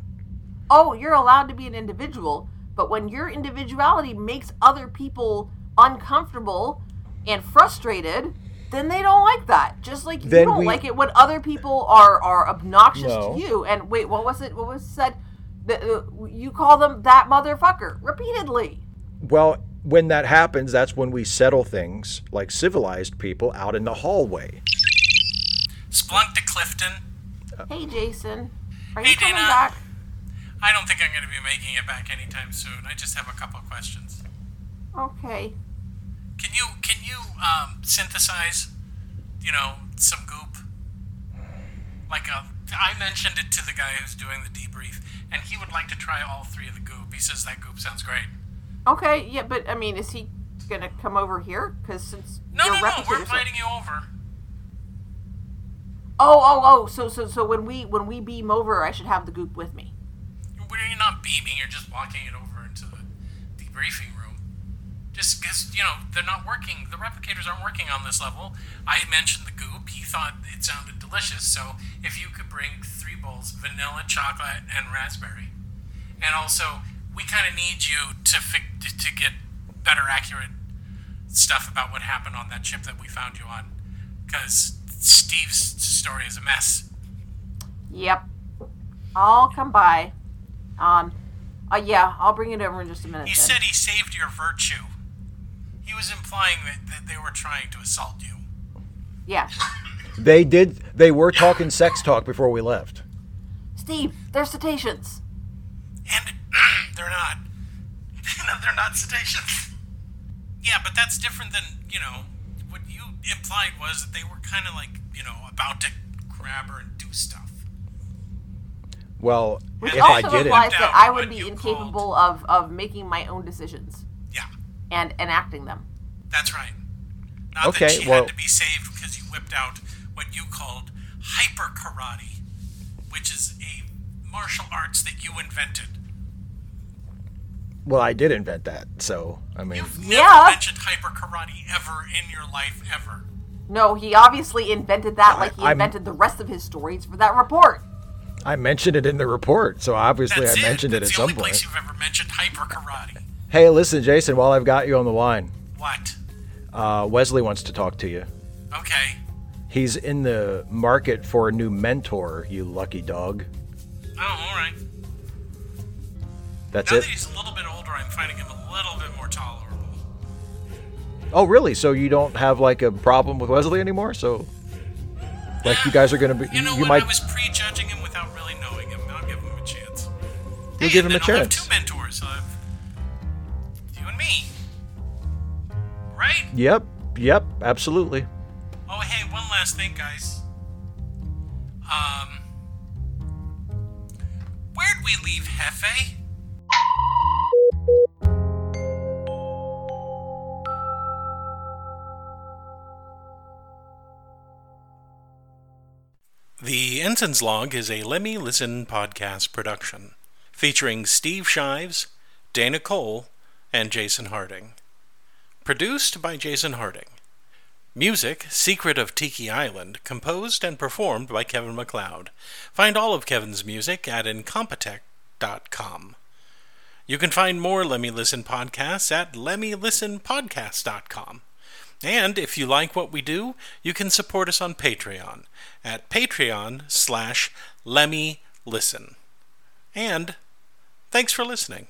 [SPEAKER 1] oh, you're allowed to be an individual, but when your individuality makes other people uncomfortable and frustrated, then they don't like that. Just like you
[SPEAKER 2] Then
[SPEAKER 1] don't
[SPEAKER 2] we-
[SPEAKER 1] like it when other people are are obnoxious
[SPEAKER 2] No.
[SPEAKER 1] to you. And wait, what was it? What was said? The, uh, you call them that motherfucker repeatedly.
[SPEAKER 2] Well, when that happens, that's when we settle things like civilized people out in the hallway.
[SPEAKER 3] Splunk to Clifton.
[SPEAKER 2] Uh.
[SPEAKER 1] Hey, Jason, are
[SPEAKER 3] Hey,
[SPEAKER 1] you coming
[SPEAKER 3] Dana.
[SPEAKER 1] back?
[SPEAKER 3] I don't think I'm going to be making it back anytime soon. I just have a couple of questions.
[SPEAKER 1] Okay.
[SPEAKER 3] Can you can you um, synthesize, you know, some goop? Like a, I mentioned it to the guy who's doing the debrief, and he would like to try all three of the goop. He says that goop sounds great.
[SPEAKER 1] Okay. Yeah, but I mean, is he gonna come over here? Because since
[SPEAKER 3] No,
[SPEAKER 1] your
[SPEAKER 3] no, no.
[SPEAKER 1] representative-
[SPEAKER 3] We're inviting you over.
[SPEAKER 1] Oh, oh, oh! So, so, so when we when we beam over, I should have the goop with me.
[SPEAKER 3] Where you're not beaming, you're just walking it over into the debriefing room. Just because, you know, they're not working. The replicators aren't working on this level. I mentioned the goop. He thought it sounded delicious. So if you could bring three bowls vanilla, chocolate, and raspberry. And also, we kind of need you to, fi- to to get better accurate stuff about what happened on that ship that we found you on. Because Steve's story is a mess.
[SPEAKER 1] Yep, I'll come by. Um, uh, yeah, I'll bring it over in just a minute.
[SPEAKER 3] He
[SPEAKER 1] then.
[SPEAKER 3] said he saved your virtue. He was implying that, that they were trying to assault you.
[SPEAKER 1] yeah,
[SPEAKER 2] They did. They were talking sex talk before we left.
[SPEAKER 1] Steve, they're cetaceans.
[SPEAKER 3] And they're not. No, they're not cetaceans. Yeah, but that's different than, you know, what you implied was that they were kind of like, you know, about to grab her and do stuff.
[SPEAKER 2] Well,
[SPEAKER 1] Which
[SPEAKER 2] if I
[SPEAKER 1] also
[SPEAKER 2] did it,
[SPEAKER 1] implies that
[SPEAKER 3] Doubt
[SPEAKER 1] I would
[SPEAKER 3] what
[SPEAKER 1] be
[SPEAKER 3] you
[SPEAKER 1] incapable of of making my own decisions
[SPEAKER 3] Yeah,
[SPEAKER 1] and enacting them.
[SPEAKER 3] that's right. Not
[SPEAKER 2] Okay,
[SPEAKER 3] that she
[SPEAKER 2] well-
[SPEAKER 3] had to be saved because you whipped out what you called hyper karate, which is a martial arts that you invented.
[SPEAKER 2] well, I did invent that. So I mean,
[SPEAKER 3] You've
[SPEAKER 1] Yeah.
[SPEAKER 3] never mentioned hyper karate ever in your life, ever.
[SPEAKER 1] No, he obviously invented that,
[SPEAKER 2] I-
[SPEAKER 1] like he
[SPEAKER 2] I'm-
[SPEAKER 1] invented the rest of his stories for that report.
[SPEAKER 2] I mentioned it in the report. So obviously,
[SPEAKER 3] That's
[SPEAKER 2] I
[SPEAKER 3] it.
[SPEAKER 2] mentioned it
[SPEAKER 3] That's
[SPEAKER 2] at
[SPEAKER 3] the
[SPEAKER 2] some
[SPEAKER 3] only place
[SPEAKER 2] point.
[SPEAKER 3] you've ever mentioned hyper karate.
[SPEAKER 2] Hey, listen, Jason. While I've got you on the line,
[SPEAKER 3] What?
[SPEAKER 2] uh, Wesley wants to talk to you.
[SPEAKER 3] Okay.
[SPEAKER 2] He's in the market for a new mentor. You lucky dog.
[SPEAKER 3] Oh, all right.
[SPEAKER 2] That's
[SPEAKER 3] now
[SPEAKER 2] it.
[SPEAKER 3] that he's a little bit older, I'm finding him a little bit more tolerable.
[SPEAKER 2] Oh, really? So you don't have like a problem with Wesley anymore? So, like, you guys are gonna be.
[SPEAKER 3] You know what?
[SPEAKER 2] might.
[SPEAKER 3] I was prejudging him without really knowing him. I'll give him a chance.
[SPEAKER 2] You'll
[SPEAKER 3] Hey,
[SPEAKER 2] give
[SPEAKER 3] and
[SPEAKER 2] him a
[SPEAKER 3] then I'll have
[SPEAKER 2] chance.
[SPEAKER 3] two mentors. I'll have you and me. Right?
[SPEAKER 2] Yep. Yep. Absolutely.
[SPEAKER 3] Oh, hey, one last thing, guys. Um, where'd we leave Hefe? The Ensign's Log is a Let Me Listen podcast production featuring Steve Shives, Dana Cole, and Jason Harding. Produced by Jason Harding. Music, Secret of Tiki Island, composed and performed by Kevin McLeod. Find all of Kevin's music at incompetech.com.
[SPEAKER 7] You can find more Let Me Listen podcasts at lemmylistenpodcast.com. And if you like what we do, you can support us on Patreon at patreon slash lemmylisten. And thanks for listening.